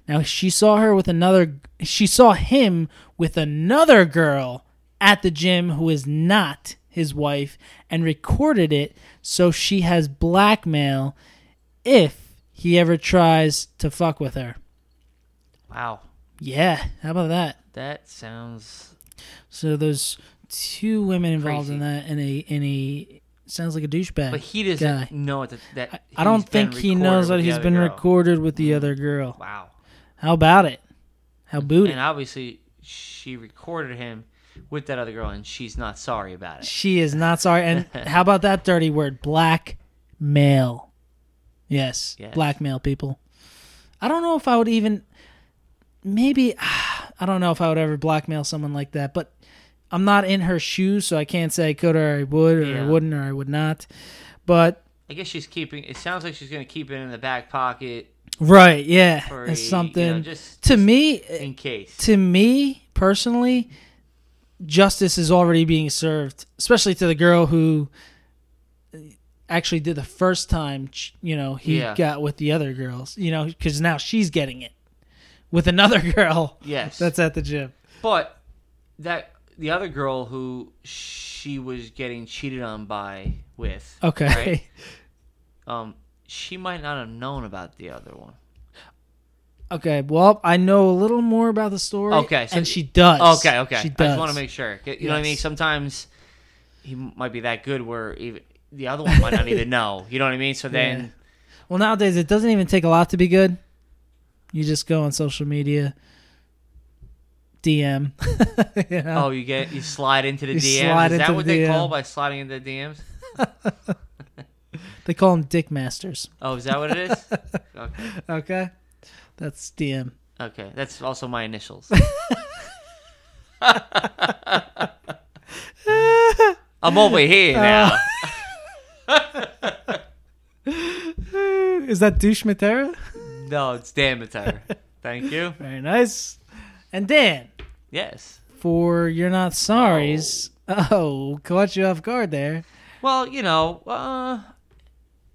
Now she saw her with another. She saw him with another girl at the gym who is not his wife, and recorded it. So she has blackmail if he ever tries to fuck with her.
wow.
Yeah, how about that?
That sounds
So there's two women involved
Crazy.
in that, and a and a sounds like a douchebag.
but he doesn't
guy.
know it that, that
I- I don't
he's been
think he
recorded
knows
with
that
the
he's
other
been
girl.
recorded with the other girl.
Wow.
How about it? How booty?
And obviously she recorded him with that other girl and she's not sorry about it.
She is not sorry. And how about that dirty word, blackmail? Yes,
Yes.
blackmail people. I don't know if I would even, maybe, I don't know if I would ever blackmail someone like that, but I'm not in her shoes, so I can't say I could or I would or I
Yeah.
wouldn't or I would not. But,
I guess she's keeping it sounds like she's gonna keep it in the back pocket
right, yeah,
For a- you know,
it's something.
just-
to me,
in case.
to me personally, justice is already being served, especially to the girl who actually did the first time. ch- You know, he
Yeah.
got with the other girls. You know, because now she's getting it with another girl
yes.
that's at the gym.
But that the other girl who she was getting cheated on by with,
Okay.
um, she might not have known about the other one.
Okay, well, I know a little more about the story.
Okay, so-
and she does.
Okay, okay.
She
I
does.
just want to make sure. You know what I mean?
Yes.
Sometimes he might be that good where even the other one might not even know. You know what I mean? So then,
Well, nowadays it doesn't even take a lot to be good. You just go on social media, DM. you know?
oh, you get you slide into the
You
DMs.
slide
Is that
into
what
the
they call
DM.
by sliding into the DMs?
They call them dick masters.
Oh, is that what it is? okay.
Okay. That's DM.
okay, that's also my initials. I'm over here
Uh.
now.
Is that douche Matera?
No, it's Damatar. Thank you.
Very nice. And Dan,
Yes.
for You're Not Sorries. Oh, caught you off guard there.
Well, you know, uh,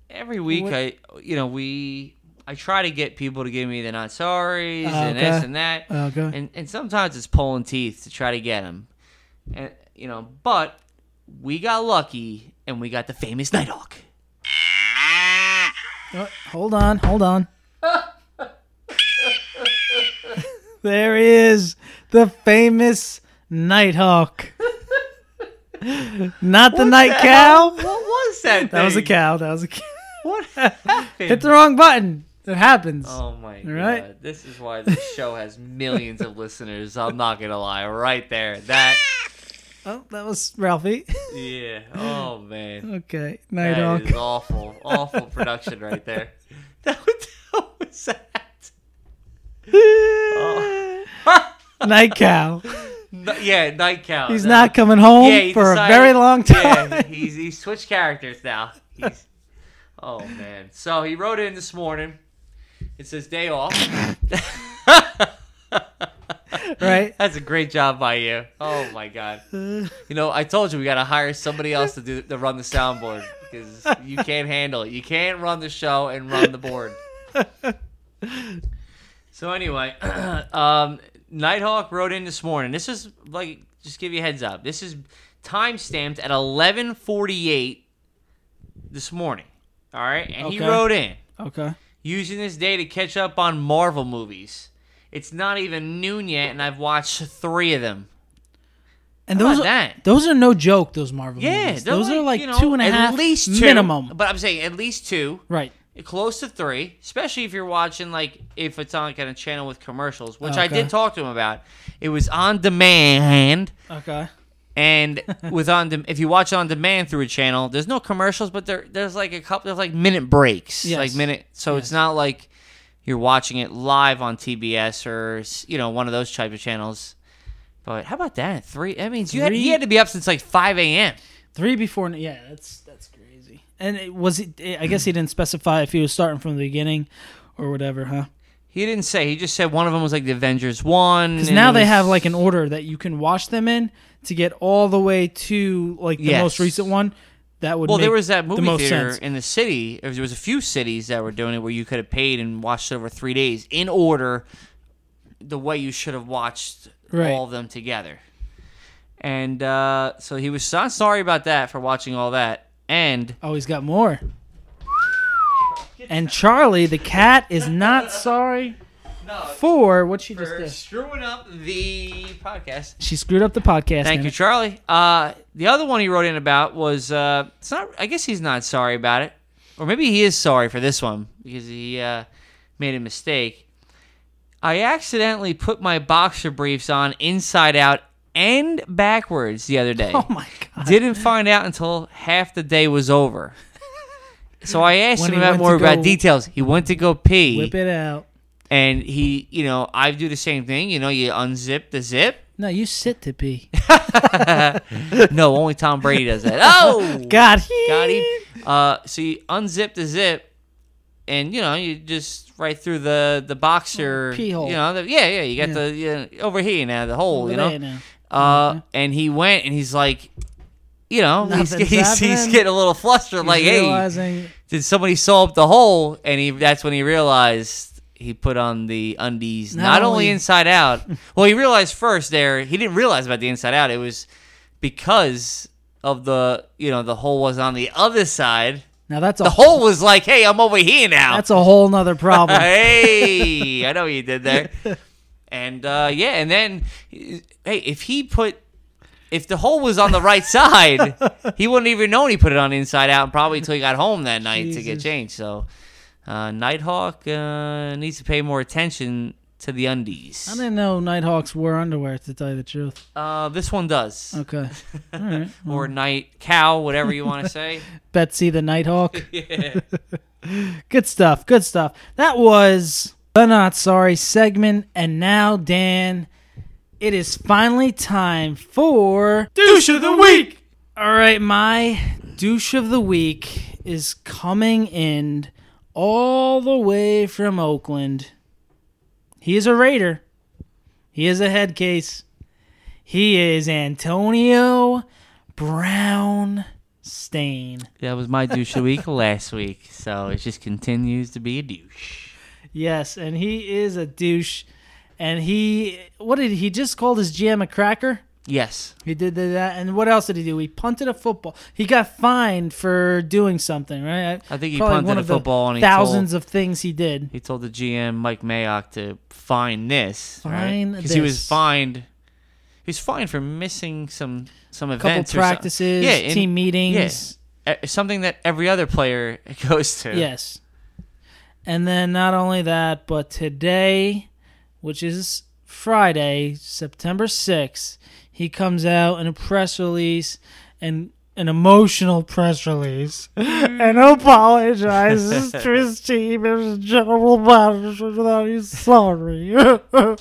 every week
What-
I, you know, we, I try to get people to give me the not sorries
Oh,
and this
okay.
and that,
Okay.
and and sometimes it's pulling teeth to try to get them, and you know, but we got lucky and we got the famous Nighthawk.
Oh, hold on, hold on. there he is, the famous Nighthawk. Not the night cow.
What was that?
That was a
thing?
cow. That was a cow.
What happened?
Hit the wrong button. It happens.
Oh my god!
right.
This is why this show has millions of listeners. I'm not gonna lie, right there. That
oh that was Ralphie.
yeah. Oh man.
okay,
That is
Nighthawk.
awful, awful production right there. That was, that was that. Oh.
Night cow.
No- yeah, night count.
He's
Oh, no.
not coming home
Yeah, he
for
decided-
a very long time.
Yeah, he's he's switched characters now. He's, oh man. So he wrote in this morning. It says day off.
right?
That's a great job by you. Oh my god. You know, I told you we gotta hire somebody else to do to run the soundboard because you can't handle it. You can't run the show and run the board. So anyway, um, Nighthawk wrote in this morning. This is like just give you a heads up. This is time stamped at eleven forty eight this morning. All right, and he
Okay.
wrote in
Okay.
using this day to catch up on Marvel movies. It's not even noon yet, and I've watched three of them.
And
How
those are,
about that?
those are no joke. Those Marvel
Yeah,
movies.
they're
Those are like
you know,
two and a
at
half
least two,
minimum.
But I'm saying at least two,
Right.
close to three, especially if you're watching like if it's on like on a channel with commercials, which I
Okay.
did talk to him about. It was on demand,
Okay.
and with on dem if you watch it on demand through a channel, there's no commercials, but there there's like a couple there's like minute breaks,
Yes.
like minute. So it's not like you're watching it live on TBS or you know one of those type of channels. But how about that? Three. That means you had,
Three-
you had to be up since like five a.m.
Three before. n- Yeah, that's that's crazy. And it, was it? I guess he didn't specify if he was starting from the beginning or whatever, huh?
He didn't say. He just said one of them was like the Avengers one.
Because
and
now
it
they
was-
have like an order that you can watch them in to get all the way to like the
Yes.
most recent one. That would
Well,
make
there was that movie
the most
theater
sense.
in the city. There was- there was a few cities that were doing it where you could have paid and watched it over three days in order, the way you should have watched
Right.
all of them together. And uh, so he was so sorry about that for watching all that. And
Oh, he's got more. And Charlie, the cat, is not sorry for what she just
for
did.
screwing up the podcast.
She screwed up the podcast.
Thank
damn
you,
it.
Charlie. Uh, the other one he wrote in about was uh, it's not. I guess he's not sorry about it, or maybe he is sorry for this one because he uh, made a mistake. I accidentally put my boxer briefs on inside out and backwards the other day.
Oh my god.
Didn't find out until half the day was over. So I asked
When
him
he
about
went
more
to
about
go-
details. He went to go pee
Whip it out.
and he, you know, I do the same thing. You know, you unzip the zip.
No, you sit to pee.
No, only Tom Brady does that. Oh,
God, he.
got him. Uh, so you unzip the zip, and you know, you just right through the the boxer
Oh, Pee hole.
You know, the, yeah, yeah. You got the yeah, over here now, the hole.
Over
you know,
there now. Mm-hmm.
uh, and he went, and he's like. You know,
Nothing's
he's, he's, he's
happening.
getting a little flustered. like,
He's
hey,
realizing
did somebody sew up the hole? And he that's when he realized he put on the undies not,
Not
only
only-
inside out. Well, he realized first there he didn't realize about the inside out. It was because of the you know the hole was on the other side.
now that's a
The hole was like, hey, I'm over here now.
Oh. that's a whole nother problem.
hey, I know what you did there. And uh, yeah, and then hey, if he put if the hole was on the right side, he wouldn't even know he put it on inside out, probably until he got home that night to get
Jesus.
changed. So uh, Nighthawk uh, needs to pay more attention to the undies.
I didn't know Nighthawks wore underwear. To tell you the truth.
Uh, this one does,
Okay. All right.
or night cow, whatever you want to say.
Betsy the Nighthawk. good stuff. Good stuff. That was the Not Sorry segment. And now, Dan, it is finally time for Douche of the Week. All right, my douche of the week is coming in all the way from Oakland. He is a Raider. He is a head case. He is Antonio Brown Stain.
that was my douche of the week last week, so it just continues to be a douche.
Yes, and he is a douche. And he, what did he just called his GM a cracker?
Yes,
He did that, and what else did he do? He punted a football. He got fined for doing something, right?
I think he
Probably
punted
one
a
of the
football and he
thousands of things he did.
he told the GM Mike Mayock to fine this,
Fine
Because he was
this.
fined. He was fined for missing some some
couple
events, or some-
practices,
yeah, and-
team meetings.
yeah, e- something that every other player goes to.
Yes. And then not only that, but today, which is Friday, September 6th, he comes out in a press release and an emotional press release
Hmm.
and apologizes to his team and his general manager that he's sorry.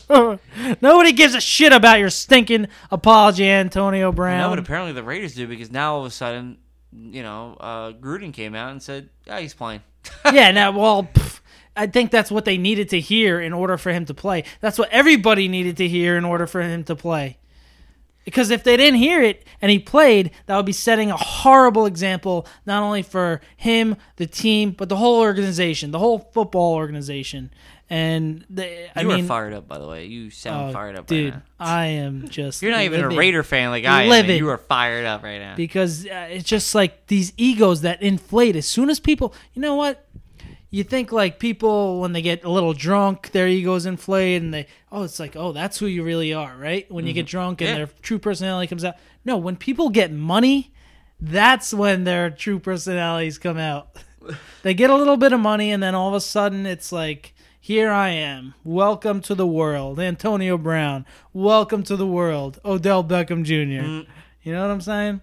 Nobody gives a shit about your stinking apology, Antonio
and that would
Brown.
apparently the Raiders do because now all of a sudden, you know, uh, Gruden came out and said, "Yeah, he's playing."
yeah, now, well, pff, I think that's what they needed to hear in order for him to play. That's what everybody needed to hear in order for him to play. Because if they didn't hear it and he played, that would be setting a horrible example, not only for him, the team, but the whole organization, the whole football organization. And they, I
You were
mean,
fired up, by the way. You sound
oh,
fired up,
dude.
Right now.
I am just.
You're not even a
livid.
Raider fan like I am. and
Livid.
You are fired up right now.
because uh, it's just like these egos that inflate as soon as people you know what you think like people when they get a little drunk their egos inflate and they oh it's like oh that's who you really are right when you get drunk and
Yeah.
their true personality comes out no when people get money that's when their true personalities come out they get a little bit of money and then all of a sudden it's like here i am welcome to the world antonio brown welcome to the world odell beckham jr
Mm.
you know what i'm saying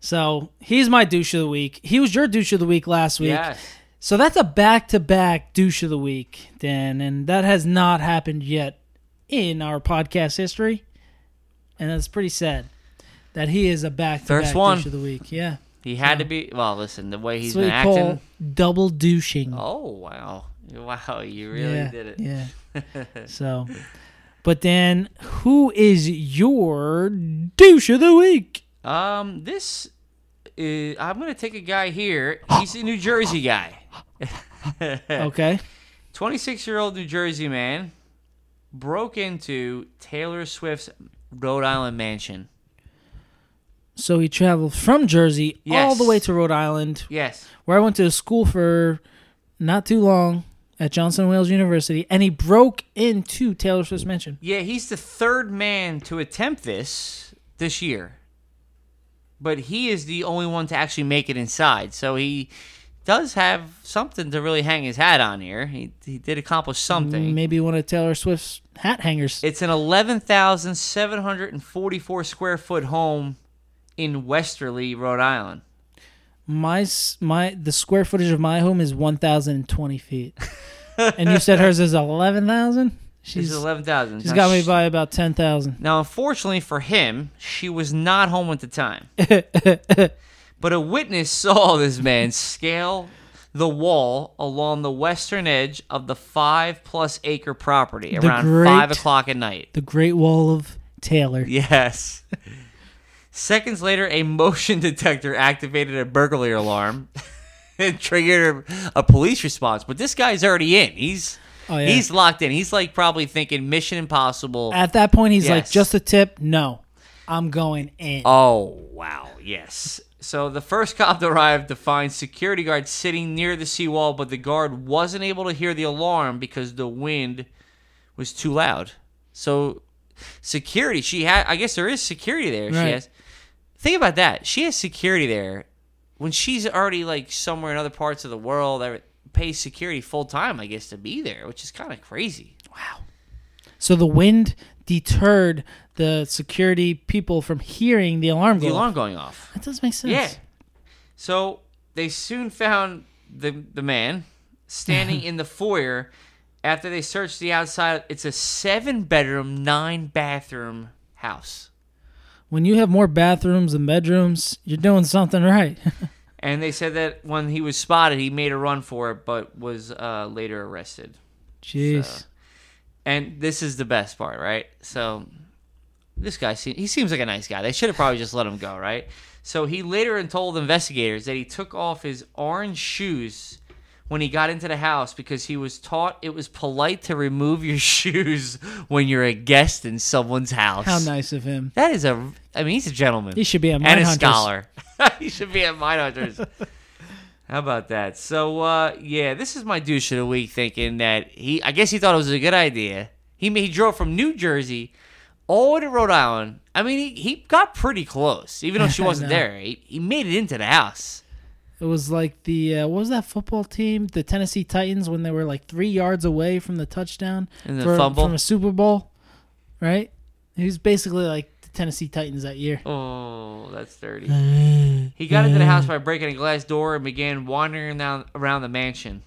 so he's my douche of the week he was your douche of the week last week
Yes.
so that's a back-to-back douche of the week dan and that has not happened yet in our podcast history and that's pretty sad that he is a back-to-back
First one.
douche of the week yeah
He had to be. Well, listen, the way he's
that's what
been
we
acting.
call double douching.
Oh wow! Wow, you really
yeah,
did it.
Yeah. so, but then who is your douche of the week?
Um, this is, I'm gonna take a guy here. He's a New Jersey guy,
Okay.
26 year old New Jersey man, broke into Taylor Swift's Rhode Island mansion.
So he traveled from Jersey all the
Yes.
way to Rhode Island,
Yes,
where I went to school for not too long. at Johnson Wales University, and he broke into Taylor Swift's mansion.
Yeah, he's the third man to attempt this this year. But he is the only one to actually make it inside. So he does have something to really hang his hat on here. He, he did accomplish something.
Maybe one of Taylor Swift's hat hangers.
It's an 11,744 square foot home in Westerly, Rhode Island.
my s- my the square footage of my home is 1,020 feet, and you said hers is 11,000.
It's
She's
11,000.
she's
Now,
got me
sh-
by about 10,000.
Now, unfortunately for him, she was not home at the time. but a witness saw this man scale the wall along the western edge of the five plus acre property
The
around
great-
five o'clock at night.
The Great Wall of Taylor.
Yes. Seconds later, a motion detector activated a burglary alarm and triggered a police response. But this guy's already in. He's
Oh, yeah.
he's locked in. He's like probably thinking Mission Impossible.
At that point, he's like,
Yes.
just a tip. No, I'm going in.
Oh, wow. Yes. So the first cop that arrived to find security guards sitting near the seawall, but the guard wasn't able to hear the alarm because the wind was too loud. So security, she had I guess there is security there. She
Right.
has Think about that. She has security there when she's already like somewhere in other parts of the world that pays security full time, I guess, to be there, which is kind of crazy.
So the wind deterred the security people from hearing the alarm go.
The
off.
alarm going off.
That does make sense.
Yeah. So they soon found the the man standing in the foyer after they searched the outside. It's a seven bedroom, nine bathroom house.
When you have more bathrooms than bedrooms, you're doing something right.
And they said that when he was spotted, he made a run for it, but was uh, later arrested.
Jeez.
So- And this is the best part, right? So this guy seems he seems like a nice guy. They should have probably just let him go, right? So he later told investigators that he took off his orange shoes when he got into the house because he was taught it was polite to remove your shoes when you're a guest in someone's house.
How nice of him.
That is a I mean he's a gentleman.
He should be a
and a
Mindhunters.
scholar. he should be at Mindhunters. How about that? So uh, yeah, this is my douche of the week. Thinking that he, I guess he thought it was a good idea. He ma- he drove from New Jersey all the way to Rhode Island. I mean, he, he got pretty close, even though she
I
wasn't
know.
there. He, he made it into the house.
It was like the uh, what was that football team, the Tennessee Titans, when they were like three yards away from the touchdown
And the
for-
fumble.
from a Super Bowl, right? He was basically like the Tennessee Titans that year.
Oh, that's dirty. he got into the house by breaking a glass door and began wandering down around the mansion.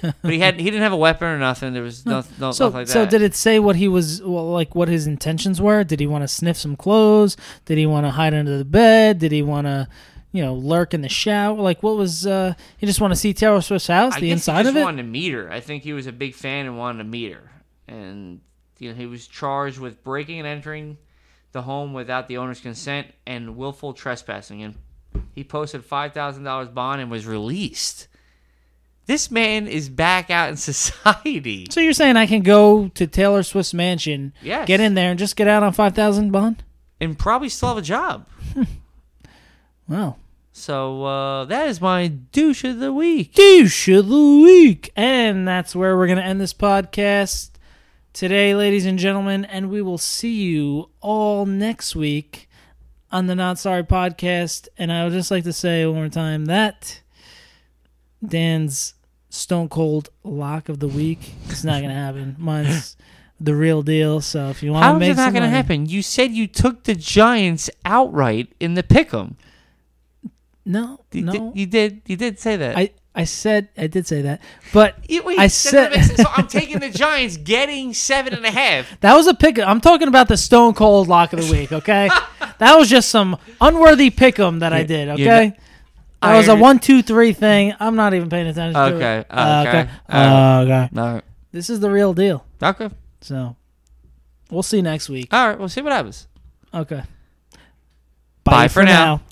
but he had he didn't have a weapon or nothing. There was no, no,
So,
nothing like that.
so did it say what he was well, like? What his intentions were? Did he want to sniff some clothes? Did he want to hide under the bed? Did he want to, you know, lurk in the shower? Like, what was? uh He just want to see Taylor Swift's house,
I
the
guess he
inside of
just
it.
wanted to meet her. I think he was a big fan and wanted to meet her. And you know, he was charged with breaking and entering the home without the owner's consent and willful trespassing. And he posted five thousand dollars bond and was released. This man is back out in society.
So you're saying I can go to Taylor Swift's mansion,
Yes.
get in there, and just get out on five thousand bond?
and probably still have a job.
Wow.
So uh, that is my douche of the week.
douche of the week. And that's where we're going to end this podcast today, ladies and gentlemen. And we will see you all next week on the Not Sorry podcast. And I would just like to say one more time that Dan's stone cold lock of the week is not going to happen. Mine's the real deal. So if you want
How
to
is
make
it not
going to
happen? You said you took the Giants outright in the pick'em.
No,
You,
no.
did, you did. You did say that.
I, I said I did say that, but
Yeah, wait,
I
that
said
doesn't make sense. so I'm taking the Giants getting seven and a half.
That was a pick. I'm talking about the Stone Cold Lock of the Week. Okay, that was just some unworthy pick'em that I did.
you're not-
Okay, that was a
I-
one, two, three thing. I'm not even paying attention.
Okay,
to it. Uh,
okay,
okay,
uh,
Uh, okay.
No.
This is the real deal.
Okay.
So we'll see you next week.
All right. We'll see what happens.
Okay.
Bye for now.